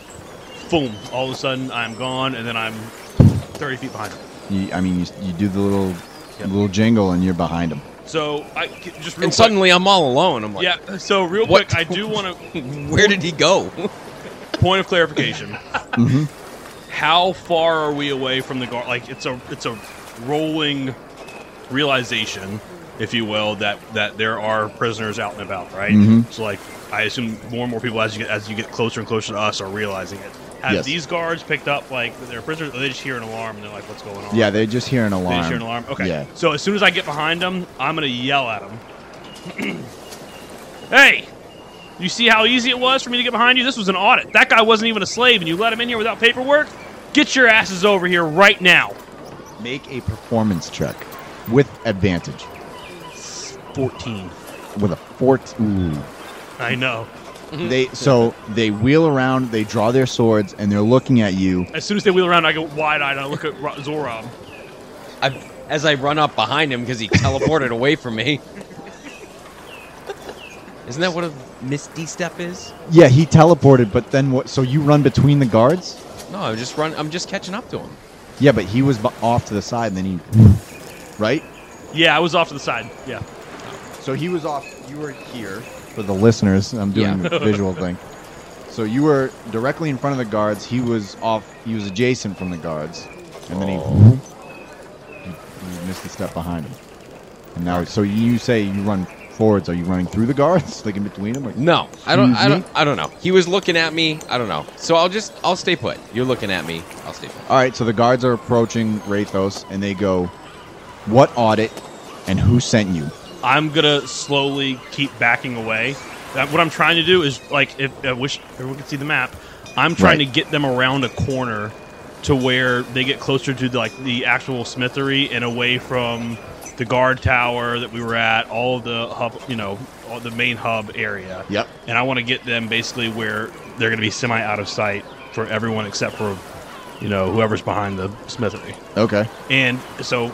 [SPEAKER 2] boom. All of a sudden, I'm gone, and then I'm 30 feet behind him.
[SPEAKER 1] You, I mean, you, you do the little
[SPEAKER 2] Yep.
[SPEAKER 1] little jingle, and you're behind him.
[SPEAKER 2] So I just real
[SPEAKER 4] And
[SPEAKER 2] quick-
[SPEAKER 4] suddenly I'm all alone. I'm like,
[SPEAKER 2] yeah. So real
[SPEAKER 4] What?
[SPEAKER 2] quick, I do want to
[SPEAKER 4] where did he go?
[SPEAKER 2] point of clarification.
[SPEAKER 4] Mm-hmm.
[SPEAKER 1] Mhm.
[SPEAKER 2] How far are we away from the guard? Like it's a it's a rolling realization, if you will, that that there are prisoners out and about, right?
[SPEAKER 4] Mm-hmm.
[SPEAKER 1] Mhm.
[SPEAKER 2] So like I assume more and more people as you get as you get closer and closer to us are realizing it. Have
[SPEAKER 1] Yes.
[SPEAKER 2] these guards picked up like that they're prisoners? Or they just hear an alarm and they're like, "What's going on?"
[SPEAKER 1] Yeah, they just hear an alarm.
[SPEAKER 2] They just hear an alarm. Okay.
[SPEAKER 1] Yeah.
[SPEAKER 2] So as soon as I get behind them, I'm gonna yell at them. hey, you see how easy it was for me to get behind you? This was an audit. That guy wasn't even a slave, and you let him in here without paperwork. Get your asses over here right now.
[SPEAKER 1] Make a performance check with advantage.
[SPEAKER 2] Fourteen.
[SPEAKER 1] With a fort. Ooh.
[SPEAKER 2] I know. Mm-hmm.
[SPEAKER 1] they so they wheel around, they draw their swords, and they're looking at you.
[SPEAKER 2] As soon as they wheel around, I go wide-eyed. and I look at Ro- Zorab.
[SPEAKER 4] I, as I run up behind him because he teleported away from me. Isn't that what a misty step is?
[SPEAKER 1] Yeah, he teleported, but then what? So you run between the guards?
[SPEAKER 4] No, I'm just run. I'm just catching up to him.
[SPEAKER 1] Yeah, but he was bu- off to the side, and then he, right?
[SPEAKER 2] Yeah, I was off to the side. Yeah.
[SPEAKER 1] So he was off. You were here for the listeners. I'm doing
[SPEAKER 4] Yeah.
[SPEAKER 1] a visual thing. So you were directly in front of the guards. He was off. He was adjacent from the guards, and then
[SPEAKER 4] Oh.
[SPEAKER 1] he, he missed a step behind him. And now, so you say you run forwards. Are you running through the guards, like in between them? Like,
[SPEAKER 4] No, Mm-hmm. I don't. I
[SPEAKER 1] Excuse
[SPEAKER 4] don't. I don't know. He was looking at me. I don't know. So I'll just. I'll stay put. You're looking at me. I'll stay put.
[SPEAKER 1] All right. So the guards are approaching Rathos, and they go, "What audit? And who sent you?"
[SPEAKER 2] I'm gonna slowly keep backing away. That, what I'm trying to do is like, if I wish everyone could see the map, I'm trying
[SPEAKER 1] Right.
[SPEAKER 2] to get them around a corner to where they get closer to like the actual smithery and away from the guard tower that we were at, all of the hub, you know, all the main hub area.
[SPEAKER 1] Yep.
[SPEAKER 2] And I want to get them basically where they're going to be semi out of sight for everyone except for, you know, whoever's behind the smithery.
[SPEAKER 1] Okay.
[SPEAKER 2] And so,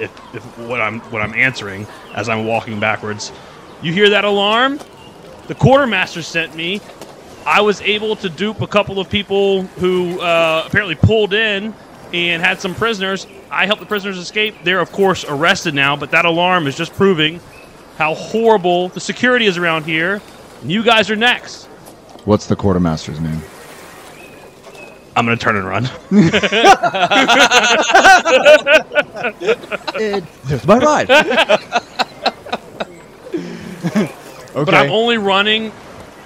[SPEAKER 2] if, if what I'm what I'm answering as I'm walking backwards, you hear that alarm? The quartermaster sent me. I was able to dupe a couple of people who uh, apparently pulled in and had some prisoners. I helped the prisoners escape. They're of course arrested now, but that alarm is just proving how horrible the security is around here. And you guys are next.
[SPEAKER 1] What's the quartermaster's name?
[SPEAKER 2] I'm gonna turn and run.
[SPEAKER 1] It's my ride. okay.
[SPEAKER 2] But I'm only running.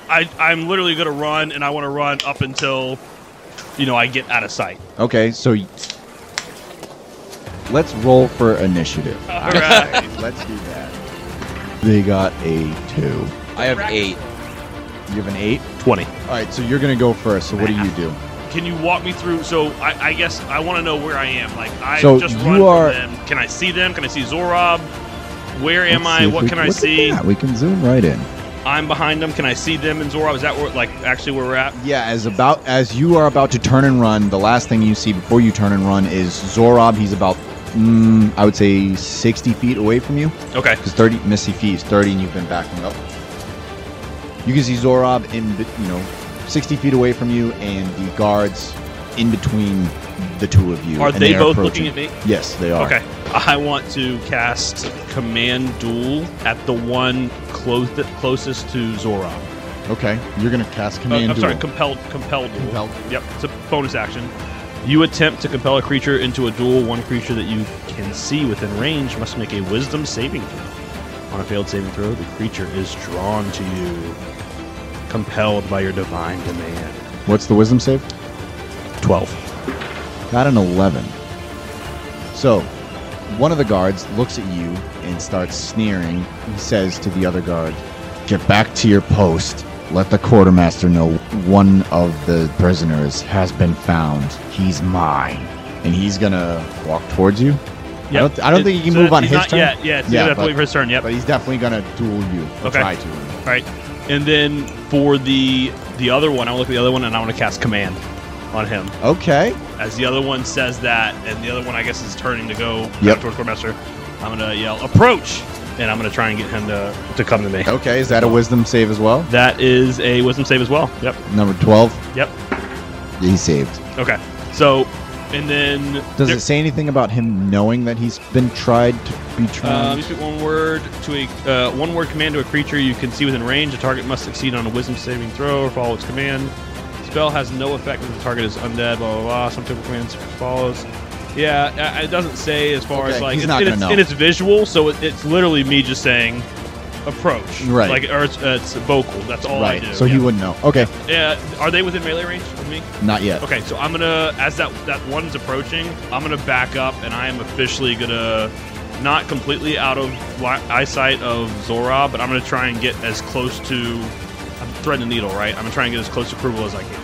[SPEAKER 2] I, I'm literally going to run, and I want to run up until, you know, I get out of sight.
[SPEAKER 1] okay. So y- let's roll for initiative.
[SPEAKER 2] All right.
[SPEAKER 1] Let's do that. They got a two.
[SPEAKER 4] I have eight.
[SPEAKER 1] You have an eight.
[SPEAKER 2] 20.
[SPEAKER 1] All right. So you're gonna go first. So what do you do?
[SPEAKER 2] Can you walk me through? So I, I guess I want to know where I am. Like, I
[SPEAKER 1] So
[SPEAKER 2] just
[SPEAKER 1] you
[SPEAKER 2] run
[SPEAKER 1] are-
[SPEAKER 2] from them. Can I see them? Can I see Zorob? Where am
[SPEAKER 1] Let's see
[SPEAKER 2] I?
[SPEAKER 1] if
[SPEAKER 2] What
[SPEAKER 1] we
[SPEAKER 2] can I
[SPEAKER 1] look at
[SPEAKER 2] see?
[SPEAKER 1] that, We can zoom right in.
[SPEAKER 2] I'm behind them. Can I see them and Zorob? Is that where, like, actually where we're at?
[SPEAKER 1] Yeah, as about as you are about to turn and run, the last thing you see before you turn and run is Zorob. He's about, mm, I would say, sixty feet away from you.
[SPEAKER 2] Okay.
[SPEAKER 1] because 30 Misty Feet is 30 and you've been backing up. You can see Zorob in, be- you know, 60 feet away from you and the guards in between the two of you.
[SPEAKER 2] Are
[SPEAKER 1] and
[SPEAKER 2] they both
[SPEAKER 1] approaching.
[SPEAKER 2] looking at me?
[SPEAKER 1] Yes, they are.
[SPEAKER 2] Okay. I want to cast Command Duel at the one close, closest to Zorob.
[SPEAKER 1] Okay. You're going to cast
[SPEAKER 2] Uh,
[SPEAKER 1] Command
[SPEAKER 2] I'm sorry,
[SPEAKER 1] Duel.
[SPEAKER 2] compelled, compelled duel.
[SPEAKER 1] Compelled.
[SPEAKER 2] Yep, it's a bonus action. You attempt to compel a creature into a duel. One creature that you can see within range must make a Wisdom saving throw. On a failed saving throw, the creature is drawn to you, compelled by your divine demand.
[SPEAKER 1] What's the wisdom save?
[SPEAKER 2] Twelve.
[SPEAKER 1] Got an 11. So, one of the guards looks at you and starts sneering. He says to the other guard, Get back to your post. Let the quartermaster know one of the prisoners has been found. He's mine. And he's going to walk towards you. I
[SPEAKER 2] Yep.
[SPEAKER 1] don't, I don't think he can
[SPEAKER 2] So
[SPEAKER 1] move on
[SPEAKER 2] he's
[SPEAKER 1] his
[SPEAKER 2] not
[SPEAKER 1] turn.
[SPEAKER 2] yet. Yeah, it's
[SPEAKER 1] Yeah,
[SPEAKER 2] definitely
[SPEAKER 1] but-
[SPEAKER 2] for his turn. Yep.
[SPEAKER 1] But he's definitely going to duel you. or
[SPEAKER 2] Okay.
[SPEAKER 1] Try to.
[SPEAKER 2] All right. And then for the the other one, I want to look at the other one and I want to cast Command on him.
[SPEAKER 1] Okay.
[SPEAKER 2] As the other one says that, and the other one, I guess, is turning to go back
[SPEAKER 1] Yep.
[SPEAKER 2] toward Quartermaster, I'm going to yell, approach! And I'm going to try and get him to, to come to me.
[SPEAKER 1] Okay. Is that a wisdom save as well?
[SPEAKER 2] That is a wisdom save as well. Yep.
[SPEAKER 1] Number 12.
[SPEAKER 2] Yep.
[SPEAKER 1] He saved.
[SPEAKER 2] Okay. So, and then.
[SPEAKER 1] Does
[SPEAKER 2] there-
[SPEAKER 1] it say anything about him knowing that he's been tried to be
[SPEAKER 2] Uh,
[SPEAKER 1] tried?
[SPEAKER 2] you speak one word to a uh, one word command to a creature you can see within range. The target must succeed on a Wisdom saving throw or follow its command. Spell has no effect if the target is undead. Blah blah blah. Some type of commands follows. Yeah, uh, it doesn't say as far as
[SPEAKER 1] Okay,
[SPEAKER 2] like
[SPEAKER 1] he's
[SPEAKER 2] it's,
[SPEAKER 1] not
[SPEAKER 2] and
[SPEAKER 1] gonna
[SPEAKER 2] it's,
[SPEAKER 1] know.
[SPEAKER 2] and it's visual, so it, it's literally me just saying approach,
[SPEAKER 1] Right.
[SPEAKER 2] Like or it's, uh, it's vocal. That's all
[SPEAKER 1] right.
[SPEAKER 2] I do.
[SPEAKER 1] so
[SPEAKER 2] yeah.
[SPEAKER 1] he wouldn't know. Okay.
[SPEAKER 2] Uh, are they within melee range of me?
[SPEAKER 1] Not yet.
[SPEAKER 2] Okay, so I'm gonna as that that one's approaching, I'm gonna back up, and I am officially gonna not completely out of li- eyesight of Zora, but I'm gonna try and get as close to I'm threading the needle, right? I'm gonna try and get as close to approval as I can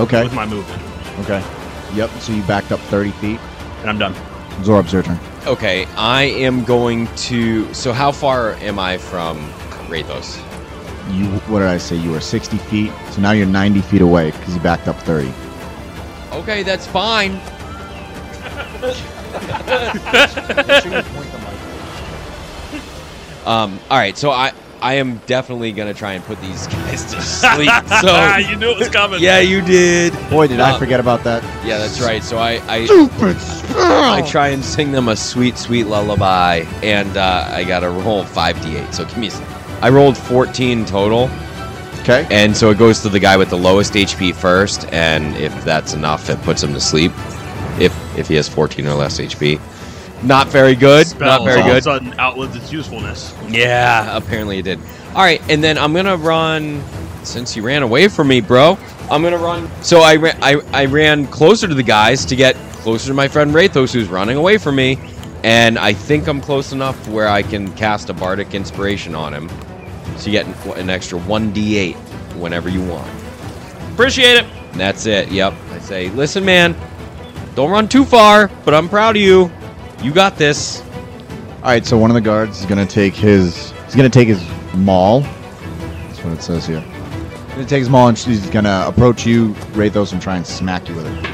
[SPEAKER 1] Okay.
[SPEAKER 2] with my movement,
[SPEAKER 1] Okay. Yep. So you backed up 30 feet.
[SPEAKER 2] and I'm done.
[SPEAKER 1] Zorob's your turn.
[SPEAKER 4] Okay, I am going to. So, how far am I from Rathos?
[SPEAKER 1] You. What did I say? You were 60 feet. So now you're 90 feet away because you backed up 30.
[SPEAKER 4] Okay, that's fine. Um, all right, so I I am definitely gonna try and put these guys to sleep. So
[SPEAKER 2] you knew Ah, it was coming.
[SPEAKER 4] yeah, you did.
[SPEAKER 1] Boy, did
[SPEAKER 4] Uh,
[SPEAKER 1] I forget about that.
[SPEAKER 4] Yeah, that's right. So I I,
[SPEAKER 1] Stupid spell.
[SPEAKER 4] I try and sing them a sweet sweet lullaby, and uh, I got to roll five d eight. So give me. a s- I rolled fourteen total,
[SPEAKER 1] Okay.
[SPEAKER 4] and so it goes to the guy with the lowest HP first, and if that's enough, it puts him to sleep. If if he has fourteen or less HP, not very good.
[SPEAKER 2] Spells
[SPEAKER 4] not
[SPEAKER 2] all
[SPEAKER 4] very
[SPEAKER 2] of a
[SPEAKER 4] good.
[SPEAKER 2] sudden outlived its usefulness.
[SPEAKER 4] Yeah, apparently it did. All right, and then I'm gonna run. Since you ran away from me, bro, I'm gonna run. So I ran. I, I ran closer to the guys to get closer to my friend Rathos, who's running away from me, and I think I'm close enough where I can cast a bardic inspiration on him. So you get an, an extra one d8 whenever you want.
[SPEAKER 2] Appreciate it.
[SPEAKER 4] And that's it. Yep. I say, listen, man, Don't run too far, but I'm proud of you. You got this.
[SPEAKER 1] All right, so one of the guards is gonna take his. He's gonna take his maul. That's what it says here. He's gonna take his maul and he's gonna approach you, Rathos, and try and smack you with it.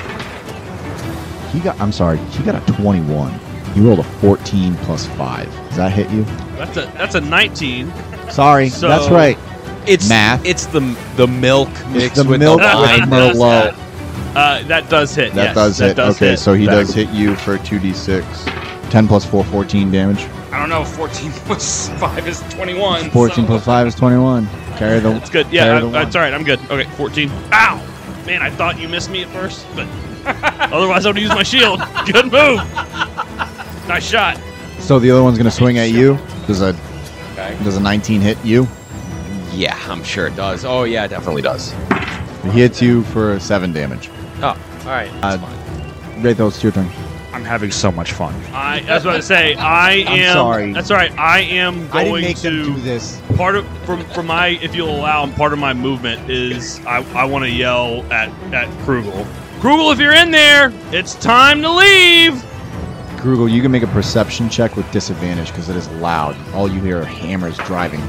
[SPEAKER 1] He got. I'm sorry. He got a 21. He rolled a 14 plus five. Does that hit you?
[SPEAKER 2] That's a that's a 19.
[SPEAKER 1] Sorry.
[SPEAKER 2] So-
[SPEAKER 1] that's right.
[SPEAKER 4] It's
[SPEAKER 1] Math.
[SPEAKER 4] It's the the milk mixed
[SPEAKER 1] the
[SPEAKER 4] with
[SPEAKER 1] milk
[SPEAKER 4] the
[SPEAKER 1] with
[SPEAKER 4] wine.
[SPEAKER 1] the Merlot.
[SPEAKER 2] Uh, that does hit.
[SPEAKER 1] That
[SPEAKER 2] yes,
[SPEAKER 1] does
[SPEAKER 2] that
[SPEAKER 1] hit. okay,
[SPEAKER 2] hit.
[SPEAKER 1] so he
[SPEAKER 2] That-
[SPEAKER 1] does hit you for 2d6. 10 plus 4, 14 damage.
[SPEAKER 3] I don't know. 14 plus 5 is 21.
[SPEAKER 1] 14
[SPEAKER 3] so-
[SPEAKER 1] plus 5 is 21. Carry the.
[SPEAKER 2] It's good.
[SPEAKER 1] carry
[SPEAKER 2] Yeah,
[SPEAKER 1] the
[SPEAKER 2] I,
[SPEAKER 1] one.
[SPEAKER 2] that's all right. I'm good. Okay, 14. Ow! Man, I thought you missed me at first, but otherwise I would use my shield. Good move. Nice shot.
[SPEAKER 1] So the other one's going to swing at you. Does a, does a 19 hit you?
[SPEAKER 4] Yeah, I'm sure it does. Oh yeah, it definitely does.
[SPEAKER 1] He hits you for 7 damage.
[SPEAKER 4] Oh, all right.
[SPEAKER 1] Uh, Rathos, it's your turn.
[SPEAKER 3] I'm having so much fun.
[SPEAKER 2] I that's what I say. I
[SPEAKER 1] I'm
[SPEAKER 2] am.
[SPEAKER 1] sorry.
[SPEAKER 2] That's all right. I am
[SPEAKER 1] I didn't
[SPEAKER 2] going
[SPEAKER 1] make them do
[SPEAKER 2] to
[SPEAKER 1] this.
[SPEAKER 2] part of from from my if you'll allow, part of my movement is I I want to yell at at Krugel. Krugel, if you're in there, it's time to leave.
[SPEAKER 1] Krugel, you can make a perception check with disadvantage because it is loud. All you hear are hammers driving.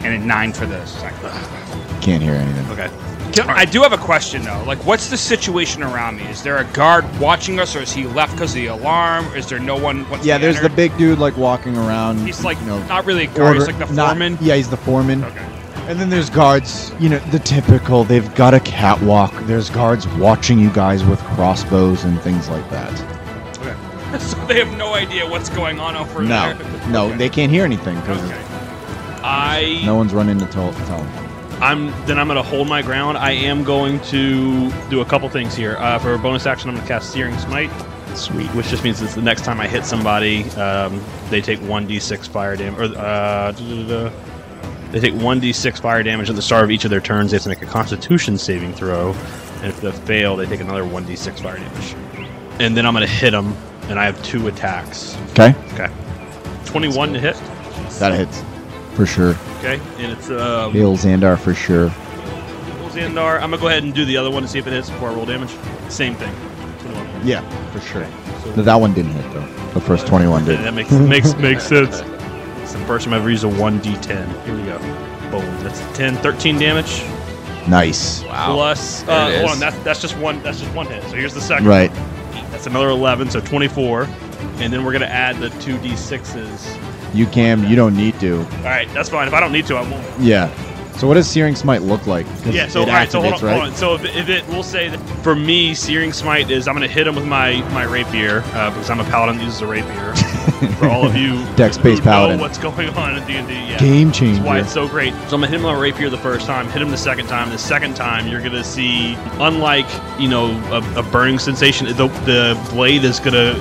[SPEAKER 3] And a 9 for the second.
[SPEAKER 1] Can't hear anything.
[SPEAKER 3] Okay. Can- I do have a question though. Like, what's the situation around me? Is there a guard watching us, or is he left because of the alarm? Is there no one? Once
[SPEAKER 1] Yeah,
[SPEAKER 3] we
[SPEAKER 1] there's the
[SPEAKER 3] entered?
[SPEAKER 1] big dude like walking around.
[SPEAKER 3] He's like
[SPEAKER 1] you know,
[SPEAKER 3] not really a guard. he's
[SPEAKER 1] order-
[SPEAKER 3] like the
[SPEAKER 1] not-
[SPEAKER 3] foreman.
[SPEAKER 1] Yeah, he's the foreman.
[SPEAKER 3] Okay.
[SPEAKER 1] And then there's guards, you know, the typical. They've got a catwalk. There's guards watching you guys with crossbows and things like that.
[SPEAKER 3] Okay. so they have no idea what's going on over
[SPEAKER 1] No,
[SPEAKER 3] there.
[SPEAKER 1] no,
[SPEAKER 3] Okay.
[SPEAKER 1] they can't hear anything because
[SPEAKER 3] Okay.
[SPEAKER 2] I
[SPEAKER 1] no one's running to tell, tell them.
[SPEAKER 2] I'm then I'm gonna hold my ground. I am going to do a couple things here. Uh, for a bonus action, I'm gonna cast Searing Smite,
[SPEAKER 1] Sweet.
[SPEAKER 2] which just means it's the next time I hit somebody, um, they take one d6 fire damage, or uh, duh-duh-duh-duh. they take one d6 fire damage at the start of each of their turns. They have to make a Constitution saving throw, and if they fail, they take another one d6 fire damage. And then I'm gonna hit them, and I have two attacks.
[SPEAKER 1] Okay,
[SPEAKER 2] Okay, 21 to hit.
[SPEAKER 1] that hits for sure.
[SPEAKER 2] Okay, and it's um,
[SPEAKER 1] Hail Xandar for sure.
[SPEAKER 2] Equals Xandar. I'm gonna go ahead and do the other one to see if it hits before I roll damage. Same thing. 21.
[SPEAKER 1] Yeah, for sure. That one didn't hit though. The
[SPEAKER 2] Uh,
[SPEAKER 1] first 21
[SPEAKER 2] Okay,
[SPEAKER 1] did.
[SPEAKER 2] that makes makes makes sense. It's the first time I've ever used a 1d10. Here we go. Boom. That's 10, 13 damage.
[SPEAKER 1] Nice.
[SPEAKER 4] wow.
[SPEAKER 2] Plus,
[SPEAKER 4] There
[SPEAKER 2] uh,
[SPEAKER 4] it
[SPEAKER 2] hold
[SPEAKER 4] is.
[SPEAKER 2] on. That's that's just one. That's just one hit. So here's the second.
[SPEAKER 1] Right.
[SPEAKER 2] That's another 11. So 24. And then we're gonna add the two d6s.
[SPEAKER 1] You can. You don't need to.
[SPEAKER 2] All right, that's fine. If I don't need to, I won't.
[SPEAKER 1] Yeah. So what does Searing Smite look like? 'Cause
[SPEAKER 2] Yeah, so
[SPEAKER 1] it
[SPEAKER 2] all right, so hold
[SPEAKER 1] activates,
[SPEAKER 2] on,
[SPEAKER 1] right?
[SPEAKER 2] hold on. So if, if it, we'll say that for me, Searing Smite is I'm going to hit him with my my rapier uh, because I'm a paladin that uses a rapier. for all of you,
[SPEAKER 1] Dex-based
[SPEAKER 2] who know
[SPEAKER 1] paladin.
[SPEAKER 2] what's going on in D and D? Yeah,
[SPEAKER 1] Game
[SPEAKER 2] That's why
[SPEAKER 1] changer.
[SPEAKER 2] it's so great. So I'm gonna hit him with my rapier the first time, hit him the second time. The second time, you're gonna see, unlike you know a, a burning sensation, the the blade is gonna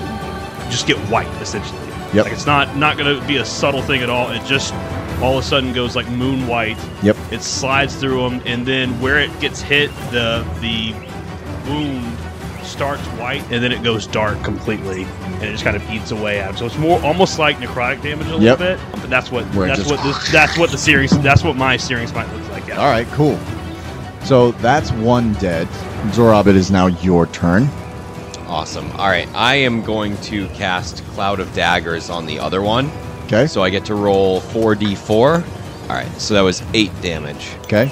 [SPEAKER 2] just get white essentially.
[SPEAKER 1] Yep.
[SPEAKER 2] Like it's not not gonna be a subtle thing at all. It just all of a sudden goes like moon white
[SPEAKER 1] Yep.
[SPEAKER 2] it slides through them, and then where it gets hit, the the wound starts white, and then it goes dark completely, and it just kind of eats away at him. So it's more almost like necrotic damage a
[SPEAKER 1] Yep.
[SPEAKER 2] little bit. But that's what
[SPEAKER 1] Where it
[SPEAKER 2] that's
[SPEAKER 1] just-
[SPEAKER 2] what this, that's what the series that's what my series might look like. Yeah.
[SPEAKER 1] All right, cool. So that's one dead. Zorab, it is now your turn.
[SPEAKER 4] Awesome. All right, I am going to cast Cloud of Daggers on the other one.
[SPEAKER 1] Okay.
[SPEAKER 4] So I get to roll 4d4. All right, so that was 8 damage.
[SPEAKER 1] Okay.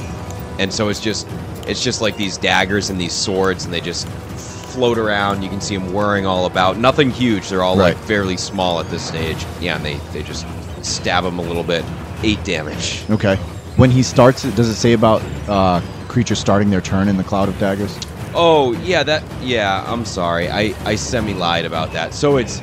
[SPEAKER 4] And so it's just it's just like these daggers and these swords and they just float around. You can see them whirring all about. Nothing huge. They're all
[SPEAKER 1] Right.
[SPEAKER 4] like fairly small at this stage. Yeah, and they they just stab them a little bit. 8 damage.
[SPEAKER 1] Okay. When he starts, does it say about uh, creatures starting their turn in the cloud of daggers?
[SPEAKER 4] Oh yeah, that yeah. I'm sorry, I I semi lied about that. So it's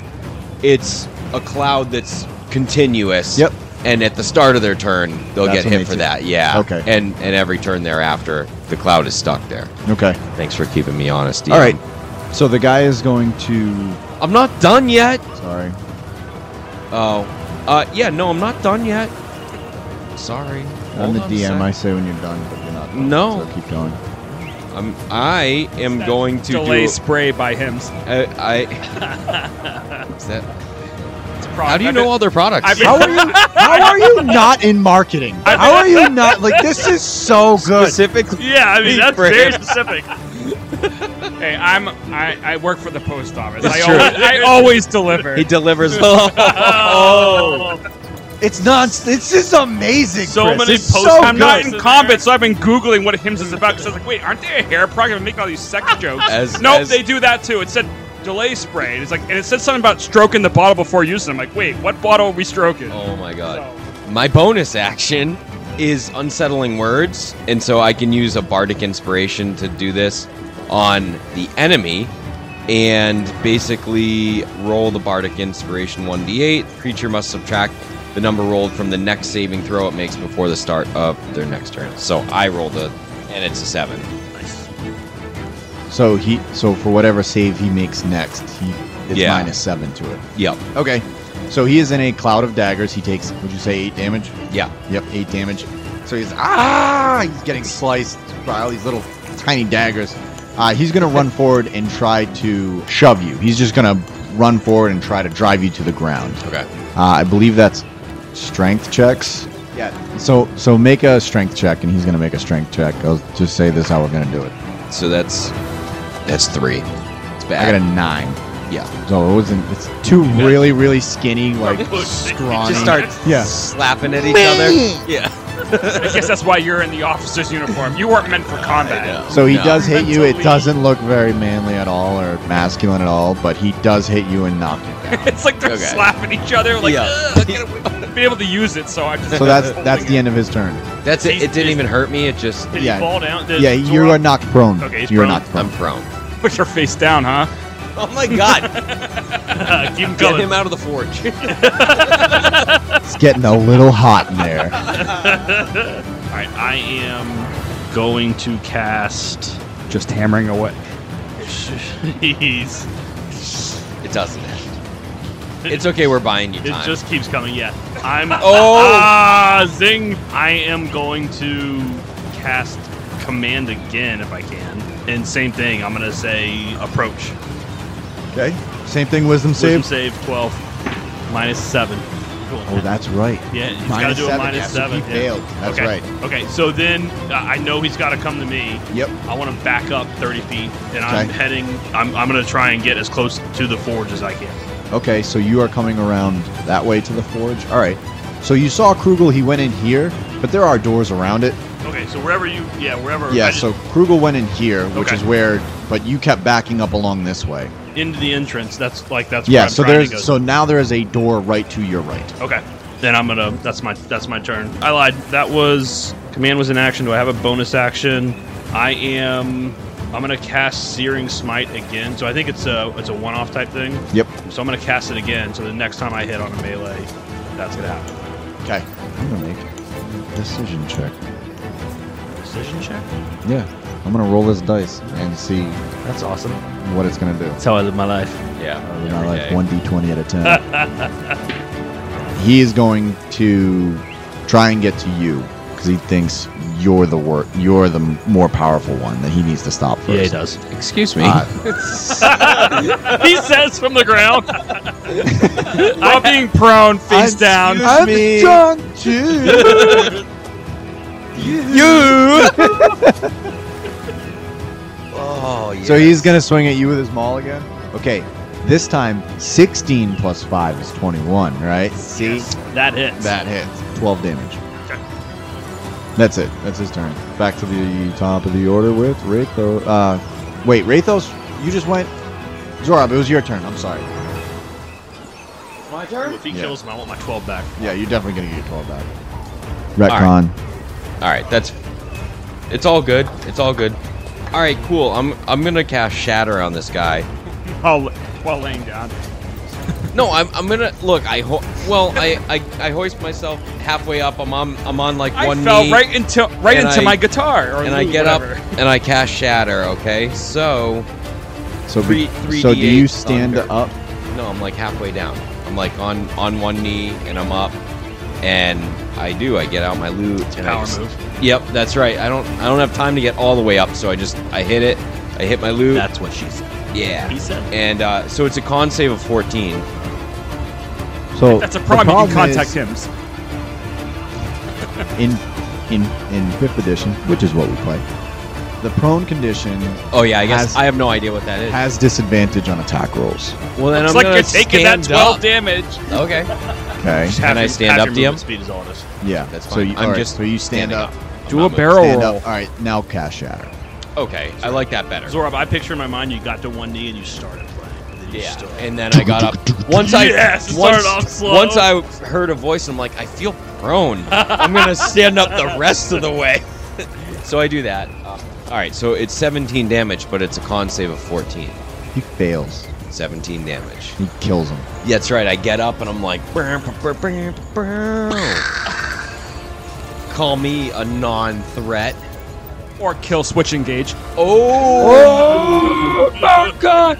[SPEAKER 4] it's a cloud that's continuous.
[SPEAKER 1] Yep.
[SPEAKER 4] And at the start of their turn, they'll
[SPEAKER 1] That's
[SPEAKER 4] get
[SPEAKER 1] when they
[SPEAKER 4] hit for
[SPEAKER 1] take-
[SPEAKER 4] that. Yeah.
[SPEAKER 1] Okay.
[SPEAKER 4] And and every turn thereafter, the cloud is stuck there.
[SPEAKER 1] Okay.
[SPEAKER 4] Thanks for keeping me honest.
[SPEAKER 1] All
[SPEAKER 4] Ian.
[SPEAKER 1] right. So the guy is going to.
[SPEAKER 4] I'm not done yet.
[SPEAKER 1] Sorry.
[SPEAKER 4] Oh. Uh. Yeah. No, I'm not done yet. Sorry.
[SPEAKER 1] I'm
[SPEAKER 4] Hold
[SPEAKER 1] the
[SPEAKER 4] on a
[SPEAKER 1] DM.
[SPEAKER 4] sec.
[SPEAKER 1] I say when you're done, but you're not. done,
[SPEAKER 4] No.
[SPEAKER 1] So keep going.
[SPEAKER 4] I'm. I am going to
[SPEAKER 3] delay
[SPEAKER 4] do.
[SPEAKER 3] spray by him.
[SPEAKER 4] I. I is that,
[SPEAKER 3] It's a
[SPEAKER 4] how do you
[SPEAKER 3] I've
[SPEAKER 4] know
[SPEAKER 3] been-
[SPEAKER 4] all their products?
[SPEAKER 3] I've been-
[SPEAKER 1] How are you? How are you not in marketing? How are you not like this? Is so good.
[SPEAKER 4] Specifically,
[SPEAKER 2] Yeah, I mean that's
[SPEAKER 4] Right.
[SPEAKER 2] very specific.
[SPEAKER 3] Hey, I'm I, I work for the post office. I,
[SPEAKER 4] It's true.
[SPEAKER 3] Always, I always deliver.
[SPEAKER 4] He delivers.
[SPEAKER 2] Oh,
[SPEAKER 1] It's not. It's just amazing.
[SPEAKER 2] So
[SPEAKER 1] Chris.
[SPEAKER 2] many
[SPEAKER 1] It's
[SPEAKER 2] post-
[SPEAKER 1] so
[SPEAKER 3] I'm not
[SPEAKER 2] good.
[SPEAKER 3] in combat, so I've been googling what hymns is about because I was like, wait, aren't they a hair product? I'm making all these sex jokes.
[SPEAKER 4] As-
[SPEAKER 3] nope,
[SPEAKER 4] as-
[SPEAKER 3] they do that too. It said delay spray. And it's like, and it said something about stroking the bottle before using. I'm like, wait, what bottle are we stroking?
[SPEAKER 4] Oh my god.
[SPEAKER 3] So-
[SPEAKER 4] My bonus action is unsettling words, and so I can use a bardic inspiration to do this on the enemy and basically roll the bardic inspiration 1d8. Creature must subtract the number rolled from the next saving throw it makes before the start of their next turn. So I rolled a and it's a 7.
[SPEAKER 2] nice.
[SPEAKER 1] So he. So for whatever save he makes next, he it's
[SPEAKER 4] Yeah.
[SPEAKER 1] minus seven to it.
[SPEAKER 4] Yep.
[SPEAKER 1] Okay. So he is in a cloud of daggers. He takes. Would you say eight damage?
[SPEAKER 4] Yeah.
[SPEAKER 1] Yep, eight damage. So he's ah, he's getting sliced by all these little tiny daggers. Uh, he's gonna run forward and try to shove you. He's just gonna run forward and try to drive you to the ground.
[SPEAKER 4] Okay.
[SPEAKER 1] Uh, I believe that's strength checks. Yeah. So so make a strength check, and he's gonna make a strength check. I'll just say this how we're gonna do it.
[SPEAKER 4] So that's that's 3. It's
[SPEAKER 1] I got
[SPEAKER 4] bad.
[SPEAKER 1] a nine.
[SPEAKER 4] yeah.
[SPEAKER 1] So it wasn't. It's two really really skinny like scrawny.
[SPEAKER 4] Just start
[SPEAKER 1] Yeah.
[SPEAKER 4] slapping at each other. Yeah.
[SPEAKER 3] I guess that's why you're in the officer's uniform. You weren't meant for combat.
[SPEAKER 1] So he
[SPEAKER 4] No.
[SPEAKER 1] does hit you. It
[SPEAKER 3] Mentally.
[SPEAKER 1] doesn't look very manly at all or masculine at all, but he does hit you and knock you down.
[SPEAKER 3] It's like they're
[SPEAKER 4] Okay.
[SPEAKER 3] slapping each other. Like,
[SPEAKER 4] Yeah.
[SPEAKER 3] "Ugh, get away." be able to use it. So I'm just.
[SPEAKER 1] So that's
[SPEAKER 3] holding
[SPEAKER 1] that's
[SPEAKER 3] it.
[SPEAKER 1] the end of his turn.
[SPEAKER 4] That's it.
[SPEAKER 2] He's-
[SPEAKER 4] It didn't even hurt me. It just
[SPEAKER 2] Did
[SPEAKER 1] Yeah.
[SPEAKER 2] he fall down? Did
[SPEAKER 1] Yeah, you
[SPEAKER 2] Zora-
[SPEAKER 1] are knocked prone.
[SPEAKER 2] Okay, he's
[SPEAKER 1] You're
[SPEAKER 2] prone.
[SPEAKER 1] knocked
[SPEAKER 4] I'm
[SPEAKER 1] prone.
[SPEAKER 4] prone.
[SPEAKER 3] Put your face down, huh?
[SPEAKER 4] Oh my god!
[SPEAKER 3] Uh,
[SPEAKER 2] keep him
[SPEAKER 4] Get
[SPEAKER 2] going.
[SPEAKER 4] him out of the forge.
[SPEAKER 1] It's getting a little hot in there.
[SPEAKER 2] All right, I am going to cast.
[SPEAKER 3] Just hammering away.
[SPEAKER 2] Jeez.
[SPEAKER 4] it doesn't end. It's okay. We're buying you
[SPEAKER 2] It
[SPEAKER 4] time.
[SPEAKER 2] just keeps coming. Yeah, I'm.
[SPEAKER 4] Oh!
[SPEAKER 2] Ah, zing! I am going to cast command again if I can, and same thing. I'm gonna say approach.
[SPEAKER 1] Okay. Same thing. Wisdom
[SPEAKER 2] Wisdom
[SPEAKER 1] saves.
[SPEAKER 2] save twelve minus seven. Cool.
[SPEAKER 1] Oh, that's right.
[SPEAKER 2] Yeah, he's got
[SPEAKER 1] Minus
[SPEAKER 2] to do a
[SPEAKER 1] seven,
[SPEAKER 2] minus
[SPEAKER 1] yeah, so
[SPEAKER 2] seven.
[SPEAKER 1] he
[SPEAKER 2] yeah.
[SPEAKER 1] failed. That's
[SPEAKER 2] okay.
[SPEAKER 1] right.
[SPEAKER 2] Okay, so then uh, I know he's got to come to me.
[SPEAKER 1] Yep.
[SPEAKER 2] I want to back up 30 feet, and I'm
[SPEAKER 1] Okay.
[SPEAKER 2] heading. I'm, I'm going to try and get as close to the forge as I can.
[SPEAKER 1] Okay, so you are coming around that way to the forge. All right. So you saw Krugel. He went in here, but there are doors around it.
[SPEAKER 2] Okay, so wherever you, yeah, wherever. I
[SPEAKER 1] Yeah.
[SPEAKER 2] just-
[SPEAKER 1] So Krugel went in here, which
[SPEAKER 2] Okay.
[SPEAKER 1] is where. But you kept backing up along this way.
[SPEAKER 2] into the entrance. That's like that's. Where
[SPEAKER 1] Yeah.
[SPEAKER 2] I'm
[SPEAKER 1] So
[SPEAKER 2] trying to
[SPEAKER 1] there's. So
[SPEAKER 2] go.
[SPEAKER 1] now there is a door right to your right.
[SPEAKER 2] Okay. Then I'm gonna. That's my. That's my turn. I lied. That was command was in action. Do I have a bonus action? I am. I'm gonna cast Searing Smite again. So I think it's a it's a one-off type thing.
[SPEAKER 1] Yep.
[SPEAKER 2] So I'm gonna cast it again. So the next time I hit on a melee, that's gonna happen.
[SPEAKER 1] Okay. I'm gonna make a decision check.
[SPEAKER 2] Decision check.
[SPEAKER 1] Yeah. I'm gonna roll this dice and see
[SPEAKER 2] That's awesome.
[SPEAKER 1] what it's gonna do.
[SPEAKER 2] That's how I live my life.
[SPEAKER 4] yeah.
[SPEAKER 1] You know,
[SPEAKER 4] every
[SPEAKER 1] like
[SPEAKER 4] day.
[SPEAKER 1] one d20 out of ten. he is going to try and get to you because he thinks you're the wor- you're the m- more powerful one that he needs to stop first. Uh,
[SPEAKER 2] Yeah, he does.
[SPEAKER 4] Excuse me.
[SPEAKER 3] he says from the ground. While being prone, face down.
[SPEAKER 1] I'm John too. you.
[SPEAKER 4] oh yeah.
[SPEAKER 1] So he's gonna swing at you with his maul again. Okay. This time, 16 plus 5 is 21, right? See?
[SPEAKER 2] That hits.
[SPEAKER 1] That hits. 12 damage.
[SPEAKER 2] Okay.
[SPEAKER 1] That's it. That's his turn. Back to the top of the order with Wraithos. Uh, wait, Wraithos, you just went. Zorab, it was your turn. I'm sorry.
[SPEAKER 4] my
[SPEAKER 2] Ooh,
[SPEAKER 4] turn.
[SPEAKER 2] If he
[SPEAKER 1] Yeah.
[SPEAKER 2] kills him, I want my 12 back.
[SPEAKER 1] Yeah, you're definitely going to get your 12 back. Retcon.
[SPEAKER 4] All right. That's. It's all good. It's all good. All right. Cool. I'm. I'm gonna cast Shatter on this guy.
[SPEAKER 3] While, while laying down.
[SPEAKER 4] No. I'm. I'm gonna look. I. Ho- well. I, I. I hoist myself halfway up. I'm on. I'm on like
[SPEAKER 3] I
[SPEAKER 4] one
[SPEAKER 3] fell
[SPEAKER 4] knee.
[SPEAKER 3] right into right
[SPEAKER 4] and
[SPEAKER 3] into
[SPEAKER 4] I-
[SPEAKER 3] my guitar. Or
[SPEAKER 4] and I
[SPEAKER 3] lute,
[SPEAKER 4] get
[SPEAKER 3] whatever.
[SPEAKER 4] up and I cast Shatter. Okay. So
[SPEAKER 1] So,
[SPEAKER 4] Three-
[SPEAKER 1] be-
[SPEAKER 4] three
[SPEAKER 1] so do
[SPEAKER 4] D8
[SPEAKER 1] you stand
[SPEAKER 4] thunder.
[SPEAKER 1] up?
[SPEAKER 4] No, I'm like halfway down. I'm like on on one knee and I'm up, and I do. I get out my loot. And I
[SPEAKER 2] Power
[SPEAKER 4] just-
[SPEAKER 2] move.
[SPEAKER 4] Yep, that's right. I don't I don't have time to get all the way up, so I just I hit it. I hit my loot.
[SPEAKER 2] That's what she said. He
[SPEAKER 4] yeah.
[SPEAKER 2] said.
[SPEAKER 4] And uh, so it's a con save of 14.
[SPEAKER 1] So
[SPEAKER 3] That's a
[SPEAKER 1] the
[SPEAKER 3] problem. you can
[SPEAKER 1] is-
[SPEAKER 3] contact hymns.
[SPEAKER 1] in in in fifth edition, which is what we play. The prone condition
[SPEAKER 4] Oh yeah, I guess
[SPEAKER 1] Has-
[SPEAKER 4] I have no idea what that is.
[SPEAKER 1] has disadvantage on attack rolls.
[SPEAKER 4] well, then
[SPEAKER 3] It's
[SPEAKER 4] I'm
[SPEAKER 3] like
[SPEAKER 4] gonna
[SPEAKER 3] you're taking that
[SPEAKER 4] stand
[SPEAKER 3] 12
[SPEAKER 4] up.
[SPEAKER 3] damage.
[SPEAKER 4] Okay.
[SPEAKER 1] Okay.
[SPEAKER 2] Just half
[SPEAKER 4] I
[SPEAKER 2] your-
[SPEAKER 4] stand
[SPEAKER 2] half
[SPEAKER 4] up
[SPEAKER 2] your
[SPEAKER 4] to him?
[SPEAKER 2] movement Speed is all it is.
[SPEAKER 1] Yeah.
[SPEAKER 4] That's
[SPEAKER 1] So
[SPEAKER 4] fine.
[SPEAKER 1] you,
[SPEAKER 4] I'm
[SPEAKER 1] all right,
[SPEAKER 4] just
[SPEAKER 1] so you stand
[SPEAKER 4] standing
[SPEAKER 1] up.
[SPEAKER 4] up. I'm
[SPEAKER 3] Do
[SPEAKER 4] not
[SPEAKER 3] a
[SPEAKER 4] moving.
[SPEAKER 3] barrel
[SPEAKER 1] Stand
[SPEAKER 3] roll.
[SPEAKER 1] up. All right. Now cast shatter.
[SPEAKER 4] Okay, I like that better.
[SPEAKER 2] Zorab, I picture in my mind you got to one knee and you started playing. And then you
[SPEAKER 4] Yeah,
[SPEAKER 2] stood.
[SPEAKER 4] and then I got up. Once I
[SPEAKER 2] Yes, it
[SPEAKER 4] once,
[SPEAKER 2] started off slow.
[SPEAKER 4] once I heard a voice, I'm like, I feel prone. I'm gonna stand up the rest of the way. so I do that. Uh, all right, so it's 17 damage, but it's a con save of 14.
[SPEAKER 1] He fails.
[SPEAKER 4] 17 damage.
[SPEAKER 1] He kills him.
[SPEAKER 4] Yeah, that's right. I get up and I'm like, "Brr, brr, brr, brr, brr." call me a non-threat.
[SPEAKER 3] Or kill switch engage.
[SPEAKER 4] Oh, oh God!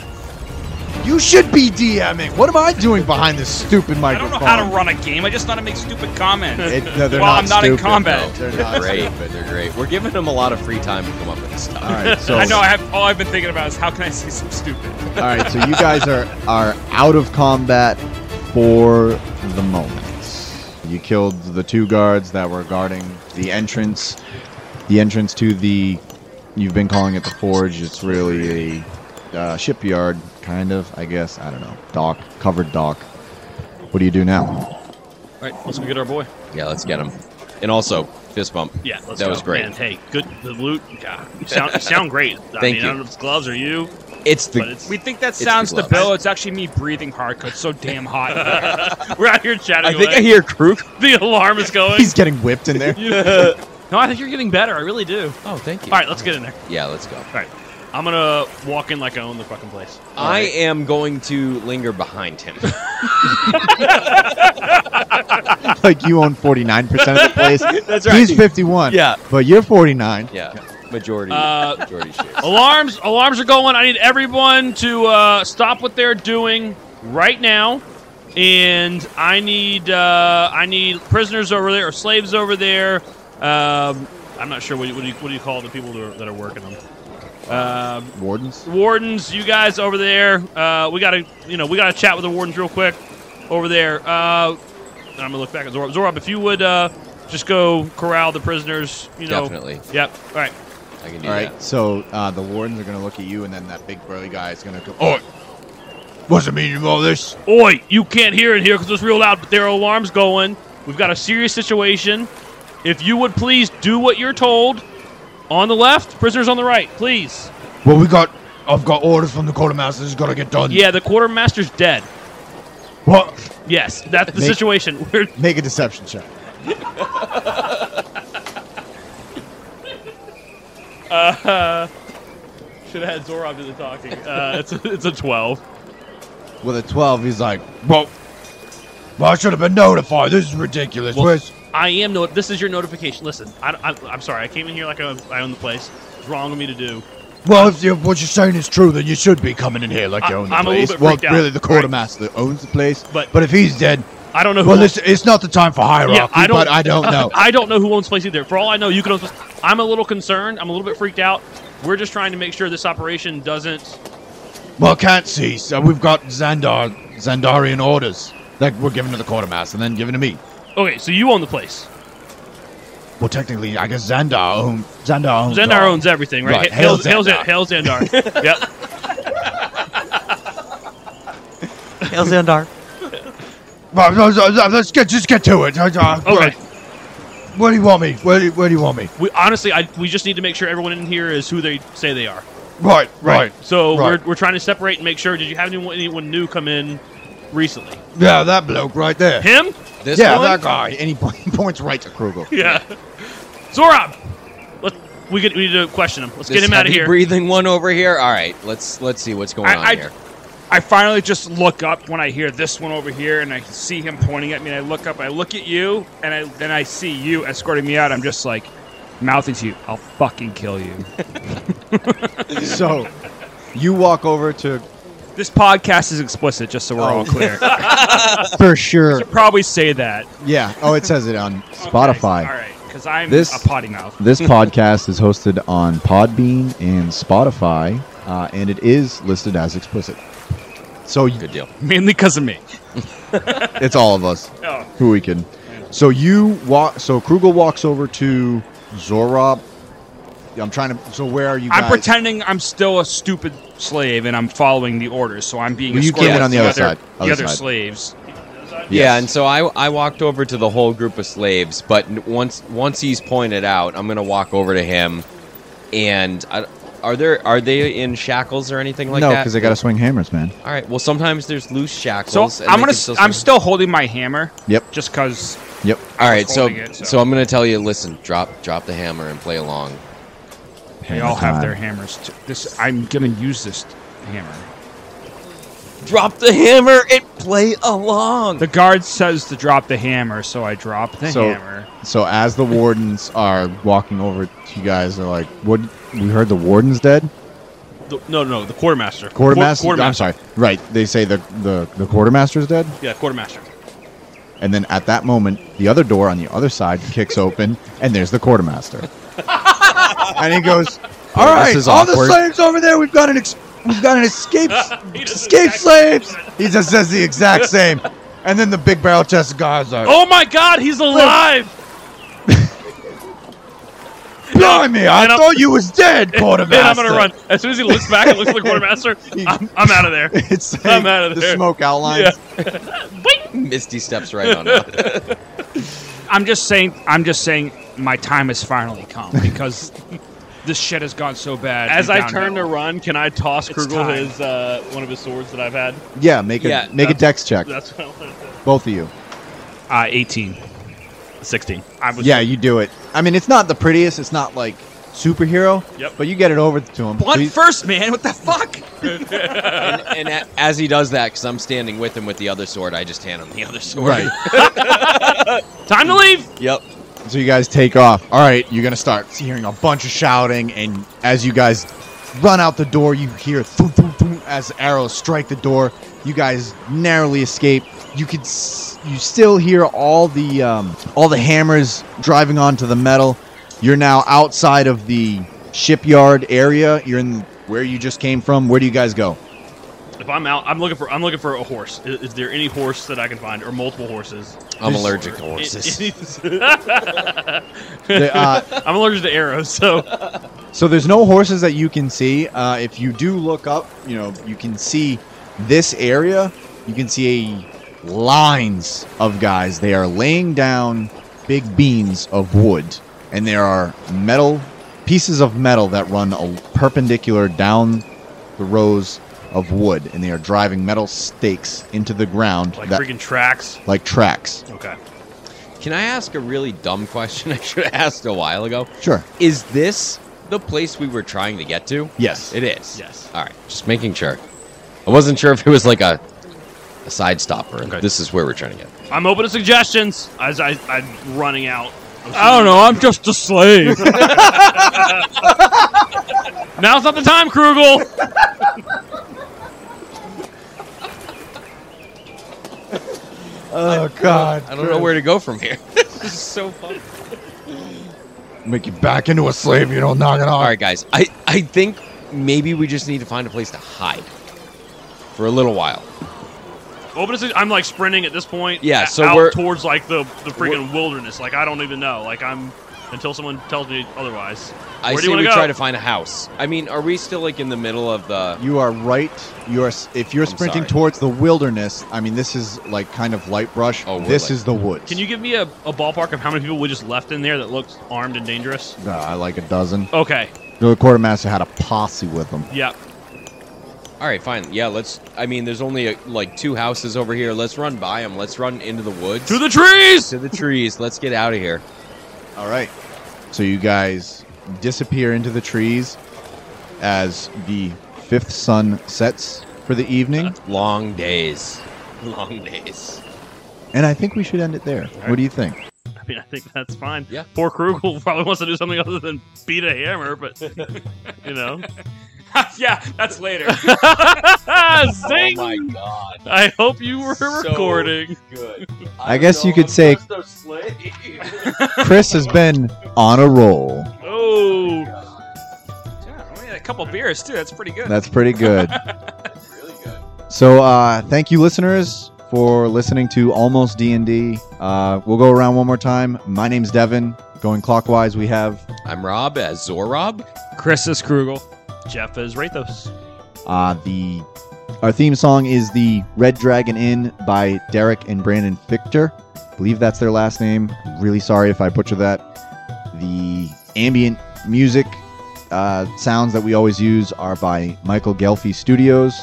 [SPEAKER 1] You should be DMing. What am I doing behind this stupid
[SPEAKER 3] I
[SPEAKER 1] microphone?
[SPEAKER 3] don't know how to run a game. I just know how to make stupid comments.
[SPEAKER 1] It, no, they're
[SPEAKER 3] Well,
[SPEAKER 1] not
[SPEAKER 3] I'm not in
[SPEAKER 1] stupid,
[SPEAKER 3] combat.
[SPEAKER 1] though. They're
[SPEAKER 4] They're
[SPEAKER 1] not
[SPEAKER 4] great,
[SPEAKER 1] stupid.
[SPEAKER 4] but they're great. We're giving them a lot of free time to come up with this stuff.
[SPEAKER 1] All right. So
[SPEAKER 3] I know. I have all I've been thinking about is how can I say some stupid.
[SPEAKER 1] All right, so you guys are are out of combat for the moment. You killed the two guards that were guarding the entrance, the entrance to the. You've been calling it the forge. It's really a uh, shipyard, kind of. I guess I don't know. Dock, covered dock. What do you do now?
[SPEAKER 2] all right, let's go get our boy.
[SPEAKER 4] Yeah, let's get him. And also, fist bump.
[SPEAKER 2] Yeah, let's
[SPEAKER 4] that
[SPEAKER 2] go.
[SPEAKER 4] was great.
[SPEAKER 2] Man, hey, good the loot. Yeah, you sound you sound great. I mean,
[SPEAKER 4] Thank
[SPEAKER 2] uh, I
[SPEAKER 4] you.
[SPEAKER 2] don't know if it's gloves or you,
[SPEAKER 4] It's
[SPEAKER 2] but
[SPEAKER 4] the
[SPEAKER 2] it's
[SPEAKER 3] We think that
[SPEAKER 4] It's
[SPEAKER 3] sounds
[SPEAKER 4] the
[SPEAKER 3] the bill. It's actually me breathing hard because it's so damn hot. in here.
[SPEAKER 2] we're out here chatting.
[SPEAKER 4] I think
[SPEAKER 2] away.
[SPEAKER 4] I hear Krug.
[SPEAKER 2] the alarm is going.
[SPEAKER 1] He's getting whipped in there.
[SPEAKER 2] no, I think you're getting better. I really do.
[SPEAKER 4] Oh, thank you.
[SPEAKER 2] All right, let's get in there.
[SPEAKER 4] Yeah, let's go.
[SPEAKER 2] All right, I'm gonna walk in like I own the fucking place. Uh,
[SPEAKER 4] I am going to linger behind him.
[SPEAKER 1] like you own forty nine percent of the place.
[SPEAKER 4] That's right.
[SPEAKER 1] He's fifty one.
[SPEAKER 4] Yeah.
[SPEAKER 1] but you're forty nine.
[SPEAKER 4] yeah, majority.
[SPEAKER 2] Uh,
[SPEAKER 4] majority shares.
[SPEAKER 2] Alarms! Alarms are going. I need everyone to uh, stop what they're doing right now, and I need uh, I need prisoners over there or slaves over there. Um, I'm not sure what, do you- what, do you, what do you call the people that are, that are working them. Um
[SPEAKER 1] Wardens.
[SPEAKER 2] wardens, you guys over there. Uh, we gotta you know we gotta chat with the wardens real quick over there. Uh, and I'm gonna look back at Zorab. Zorab, if you would uh, just go corral the prisoners. You know.
[SPEAKER 4] Definitely,
[SPEAKER 2] Yep. All right.
[SPEAKER 4] I can do
[SPEAKER 1] All right,
[SPEAKER 4] that.
[SPEAKER 1] so uh, the wardens are going to look at you, and then that big burly guy is going to go, Oh, what's the meaning of all this?
[SPEAKER 2] Oi, you can't hear it here because it's real loud, but there are alarms going. We've got a serious situation. If you would please do what you're told. On the left, prisoners on the right, please.
[SPEAKER 5] Well, we got. I've got orders from the quartermaster. This has got to get done.
[SPEAKER 2] Yeah, the quartermaster's dead.
[SPEAKER 5] What?
[SPEAKER 2] Yes, that's the
[SPEAKER 1] Make-
[SPEAKER 2] situation. We're,
[SPEAKER 1] Make a deception check.
[SPEAKER 2] should have had Zorov do the talking. Uh, it's, a, it's a 12.
[SPEAKER 1] With a 12, he's like,
[SPEAKER 5] Well, well, I should have been notified. This is ridiculous.
[SPEAKER 2] Well-
[SPEAKER 5] Where's?
[SPEAKER 2] I am no. This is your notification. Listen, I, I, am sorry. I came in here like I, I own the place. It's wrong of me to do.
[SPEAKER 5] Well, if you, what you're saying is true, then you should be coming in here like
[SPEAKER 2] I-
[SPEAKER 5] you own the
[SPEAKER 2] I'm a little
[SPEAKER 5] place.
[SPEAKER 2] bit
[SPEAKER 1] Well,
[SPEAKER 2] freaked out.
[SPEAKER 1] really, the quartermaster that owns the place.
[SPEAKER 2] But-
[SPEAKER 5] but if he's dead,
[SPEAKER 2] I don't know. Who
[SPEAKER 5] well,
[SPEAKER 2] owns-
[SPEAKER 5] listen, it's not the time for hierarchy.
[SPEAKER 2] I don't-
[SPEAKER 5] but I don't know.
[SPEAKER 2] I don't know who owns place either. For all I know, you could own. Place. I'm a little concerned. I'm a little bit freaked out. We're just trying to make sure this operation doesn't.
[SPEAKER 5] well, can't see. So Uh, we've got Zandar, Zandarian orders that were given to the quartermaster and then given to me.
[SPEAKER 2] Okay, so you own the place.
[SPEAKER 5] Well, technically, I guess Zandar own Zandar owns.
[SPEAKER 2] Zendar
[SPEAKER 5] all.
[SPEAKER 2] owns everything, right?
[SPEAKER 5] Right,
[SPEAKER 2] Hail,
[SPEAKER 5] hail
[SPEAKER 2] hail, Zendar. Hail Zendar. yep.
[SPEAKER 5] Well, no, no, no, let's get just get to it. Uh, uh,
[SPEAKER 2] Okay.
[SPEAKER 5] Where do you want me? Where do, where do you want me?
[SPEAKER 2] We honestly, I, we just need to make sure everyone in here is who they say they are.
[SPEAKER 5] Right, right.
[SPEAKER 2] So
[SPEAKER 5] Right.
[SPEAKER 2] we're, we're trying to separate and make sure. Did you have anyone, anyone new come in recently?
[SPEAKER 5] Yeah, that bloke right there.
[SPEAKER 2] Him?
[SPEAKER 4] This
[SPEAKER 5] yeah,
[SPEAKER 4] one?
[SPEAKER 5] that guy.
[SPEAKER 1] and he po- he points right to Krugel.
[SPEAKER 2] Yeah. Zorab. Let, we get we need to question him. Let's
[SPEAKER 4] This
[SPEAKER 2] get him out of
[SPEAKER 4] heavy
[SPEAKER 2] here.
[SPEAKER 4] Breathing one over here. All right, let's let's see what's going
[SPEAKER 3] I-
[SPEAKER 4] on
[SPEAKER 3] I-
[SPEAKER 4] here.
[SPEAKER 3] I finally just look up when I hear this one over here, and I see him pointing at me. And I look up, I look at you, and I then I see you escorting me out. I'm just like mouthing to you, "I'll fucking kill you."
[SPEAKER 1] so you walk over to,
[SPEAKER 3] this podcast is explicit, just so we're
[SPEAKER 1] Oh.
[SPEAKER 3] all clear. I
[SPEAKER 1] for sure.
[SPEAKER 3] should probably say that.
[SPEAKER 1] Yeah. Oh, it says it on Spotify.
[SPEAKER 3] all right, because I'm
[SPEAKER 1] This-
[SPEAKER 3] a potty mouth.
[SPEAKER 1] This podcast is hosted on Podbean and Spotify, uh, and it is listed as explicit. So y-
[SPEAKER 4] Good deal.
[SPEAKER 3] Mainly because of me.
[SPEAKER 1] it's all of us.
[SPEAKER 3] Oh.
[SPEAKER 1] who we can. So you walk. So Krugel walks over to Zorab. I'm trying to. So where are you guys?
[SPEAKER 3] I'm pretending I'm still a stupid slave and I'm following the orders, so I'm being
[SPEAKER 1] Well, you
[SPEAKER 3] escorted
[SPEAKER 1] came in
[SPEAKER 3] with
[SPEAKER 1] on the other side,
[SPEAKER 3] the
[SPEAKER 1] other
[SPEAKER 3] other
[SPEAKER 1] side.
[SPEAKER 3] slaves.
[SPEAKER 4] Yeah,
[SPEAKER 1] Yes.
[SPEAKER 4] and so I, I walked over to the whole group of slaves, but n- once once he's pointed out, I'm gonna walk over to him, and I, are there are they in shackles or anything like
[SPEAKER 1] no,
[SPEAKER 4] that?
[SPEAKER 1] because they got to swing hammers, man.
[SPEAKER 4] All right. Well, sometimes there's loose
[SPEAKER 3] So
[SPEAKER 4] shackles. and
[SPEAKER 3] I'm
[SPEAKER 4] they
[SPEAKER 3] gonna.
[SPEAKER 4] can
[SPEAKER 3] s-
[SPEAKER 4] still
[SPEAKER 3] I'm
[SPEAKER 4] swing-
[SPEAKER 3] still holding my hammer.
[SPEAKER 1] Yep.
[SPEAKER 3] Just cause.
[SPEAKER 1] Yep.
[SPEAKER 4] All right, so,
[SPEAKER 3] holding it,
[SPEAKER 4] so
[SPEAKER 3] so-
[SPEAKER 4] I'm gonna tell you. Listen, drop drop the hammer and play along.
[SPEAKER 3] They all have their hammers. Too. This I'm gonna use this hammer.
[SPEAKER 4] Drop the hammer and play along.
[SPEAKER 3] The guard says to drop the hammer, so I drop the
[SPEAKER 1] So-
[SPEAKER 3] hammer.
[SPEAKER 1] So as the wardens are walking over to you guys, they're like, "What? We heard the warden's dead.
[SPEAKER 2] The- no, no, the quartermaster.
[SPEAKER 1] Quartermaster.
[SPEAKER 2] Quar-
[SPEAKER 1] I'm sorry. Right. They say the the the quartermaster's dead."
[SPEAKER 2] Yeah, quartermaster.
[SPEAKER 1] And then at that moment, the other door on the other side kicks open, and there's the quartermaster. and he goes, "Oh, "All
[SPEAKER 4] Well,
[SPEAKER 1] right,
[SPEAKER 4] this is
[SPEAKER 1] all the
[SPEAKER 4] awkward."
[SPEAKER 1] slaves over there. We've got an ex- we've got an escape
[SPEAKER 2] He does
[SPEAKER 1] escape
[SPEAKER 2] exactly
[SPEAKER 1] slaves."
[SPEAKER 2] what
[SPEAKER 1] He just says the exact same. And then the big barrel chest guys are,
[SPEAKER 2] Oh my God, he's alive!
[SPEAKER 1] "Blimey, I
[SPEAKER 2] and I'm-
[SPEAKER 1] thought you was dead, quartermaster."
[SPEAKER 2] Man, I'm gonna run as soon as he looks back and looks at the quartermaster. I'm, I'm out of there.
[SPEAKER 1] It's
[SPEAKER 2] I'm outta
[SPEAKER 1] the
[SPEAKER 2] there.
[SPEAKER 1] smoke outline.
[SPEAKER 2] Yeah.
[SPEAKER 4] Misty steps right on up.
[SPEAKER 3] I'm just saying. I'm just saying. My time has finally come because this shit has gone so bad.
[SPEAKER 2] As
[SPEAKER 3] and
[SPEAKER 2] I
[SPEAKER 3] downhill.
[SPEAKER 2] turn to run, can I toss
[SPEAKER 3] It's
[SPEAKER 2] Krugel
[SPEAKER 3] time.
[SPEAKER 2] his uh, one of his swords that I've had?
[SPEAKER 1] Yeah, make a
[SPEAKER 4] Yeah,
[SPEAKER 1] make a
[SPEAKER 2] that's-
[SPEAKER 1] dex check,
[SPEAKER 2] That's what I wanted to.
[SPEAKER 1] both of you.
[SPEAKER 3] uh, 18.
[SPEAKER 2] Sixteen.
[SPEAKER 3] I was
[SPEAKER 1] Yeah, you do it. I mean, it's not the prettiest. It's not like superhero.
[SPEAKER 2] Yep.
[SPEAKER 1] But you get it over to him.
[SPEAKER 3] blunt
[SPEAKER 1] So you-
[SPEAKER 3] first, man. What the fuck?
[SPEAKER 4] and, and a, as he does that, because I'm standing with him with the other sword, I just hand him the other sword.
[SPEAKER 1] Right.
[SPEAKER 3] Time to leave.
[SPEAKER 4] Yep.
[SPEAKER 1] So you guys take off. All right, you're gonna start hearing a bunch of shouting, and as you guys run out the door, you hear thump, thump, thump as arrows strike the door. You guys narrowly escape. You could, s- you still hear all the um, all the hammers driving onto the metal. You're now outside of the shipyard area. You're in where you just came from. Where do you guys go?
[SPEAKER 2] If I'm out, I'm looking for I'm looking for a horse. Is, is there any horse that I can find, or multiple horses?
[SPEAKER 4] I'm
[SPEAKER 1] This-
[SPEAKER 4] allergic to horses.
[SPEAKER 1] The, uh,
[SPEAKER 2] I'm allergic to arrows, so
[SPEAKER 1] So there's no horses that you can see. Uh, if you do look up, you know you can see this area. You can see lines of guys. They are laying down big beams of wood, and there are metal pieces of metal that run a perpendicular down the rows of wood, and they are driving metal stakes into the ground
[SPEAKER 2] like
[SPEAKER 1] that,
[SPEAKER 2] freaking tracks.
[SPEAKER 1] like tracks.
[SPEAKER 2] Okay.
[SPEAKER 4] Can I ask a really dumb question I should have asked a while ago?
[SPEAKER 1] Sure.
[SPEAKER 4] Is this the place we were trying to get to?
[SPEAKER 1] Yes.
[SPEAKER 4] It is.
[SPEAKER 2] Yes.
[SPEAKER 4] All right. Just making sure. I wasn't sure if it was like a, a side stopper.
[SPEAKER 2] Okay.
[SPEAKER 4] This is where we're trying to get.
[SPEAKER 2] I'm open to suggestions. As I, I'm running out. I'm
[SPEAKER 3] I don't know. I'm just a slave.
[SPEAKER 2] shooting- Now's not the time, Krugel.
[SPEAKER 1] Oh God.
[SPEAKER 4] I don't know where to go from here. this is so fun.
[SPEAKER 5] Make you back into a slave, you don't knock it
[SPEAKER 4] All
[SPEAKER 5] off.
[SPEAKER 4] right, guys. I, I think maybe we just need to find a place to hide for a little while.
[SPEAKER 2] Open to, su- I'm like sprinting at this point.
[SPEAKER 4] Yeah,
[SPEAKER 2] a-
[SPEAKER 4] so
[SPEAKER 2] out
[SPEAKER 4] we're-
[SPEAKER 2] towards like the the freaking wilderness. Like I don't even know. Like I'm until someone tells me otherwise.
[SPEAKER 4] I
[SPEAKER 2] Where do
[SPEAKER 4] say
[SPEAKER 2] you
[SPEAKER 4] we
[SPEAKER 2] wanna go?
[SPEAKER 4] try to find a house. I mean, are we still like in the middle of the?
[SPEAKER 1] You are right. You are s- if you're
[SPEAKER 4] I'm
[SPEAKER 1] sprinting
[SPEAKER 4] sorry.
[SPEAKER 1] towards the wilderness. I mean, this is like kind of light brush.
[SPEAKER 4] Oh, we're
[SPEAKER 1] this
[SPEAKER 4] like-
[SPEAKER 1] is the woods.
[SPEAKER 2] Can you give me a, a ballpark of how many people we just left in there that looked armed and dangerous?
[SPEAKER 1] Uh, like a dozen.
[SPEAKER 2] Okay.
[SPEAKER 1] The quartermaster had a posse with him.
[SPEAKER 2] Yep.
[SPEAKER 4] All right, fine. Yeah, let's. I mean, there's only uh like two houses over here. Let's run by them. Let's run into the woods.
[SPEAKER 2] To the trees.
[SPEAKER 4] to the trees. Let's get out of here.
[SPEAKER 1] All right. So you guys disappear into the trees as the fifth sun sets for the evening,
[SPEAKER 4] Uh-huh. Long days. Long days.
[SPEAKER 1] and I think we should end it there. What do you think?
[SPEAKER 2] I mean, I think that's fine.
[SPEAKER 4] Yeah.
[SPEAKER 2] Poor Krugel probably wants to do something other than beat a hammer, but you know.
[SPEAKER 3] yeah, that's later.
[SPEAKER 2] Zing!
[SPEAKER 4] Oh my god.
[SPEAKER 2] I hope you were
[SPEAKER 4] So-
[SPEAKER 2] recording.
[SPEAKER 4] Good.
[SPEAKER 1] I guess you could say- Chris has been on a roll.
[SPEAKER 2] Oh.
[SPEAKER 3] yeah, we had a couple beers too. That's pretty good.
[SPEAKER 1] That's pretty good. So uh, thank you, listeners, for listening to Almost D and D. Uh, we'll go around one more time. My name's Devin. Going clockwise, we have
[SPEAKER 4] I'm Rob as Zorob.
[SPEAKER 3] Chris is Krugel.
[SPEAKER 2] Jeff is Rathos.
[SPEAKER 1] uh, the. Our theme song is the Red Dragon Inn by Derek and Brandon Fichter. believe that's their last name. Really sorry if I butcher that. The ambient music uh, sounds that we always use are by Michael Gelfi Studios.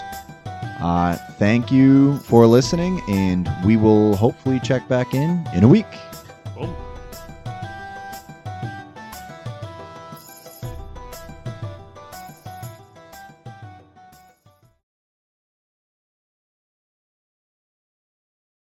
[SPEAKER 1] Uh, thank you for listening, and we will hopefully check back in in a week.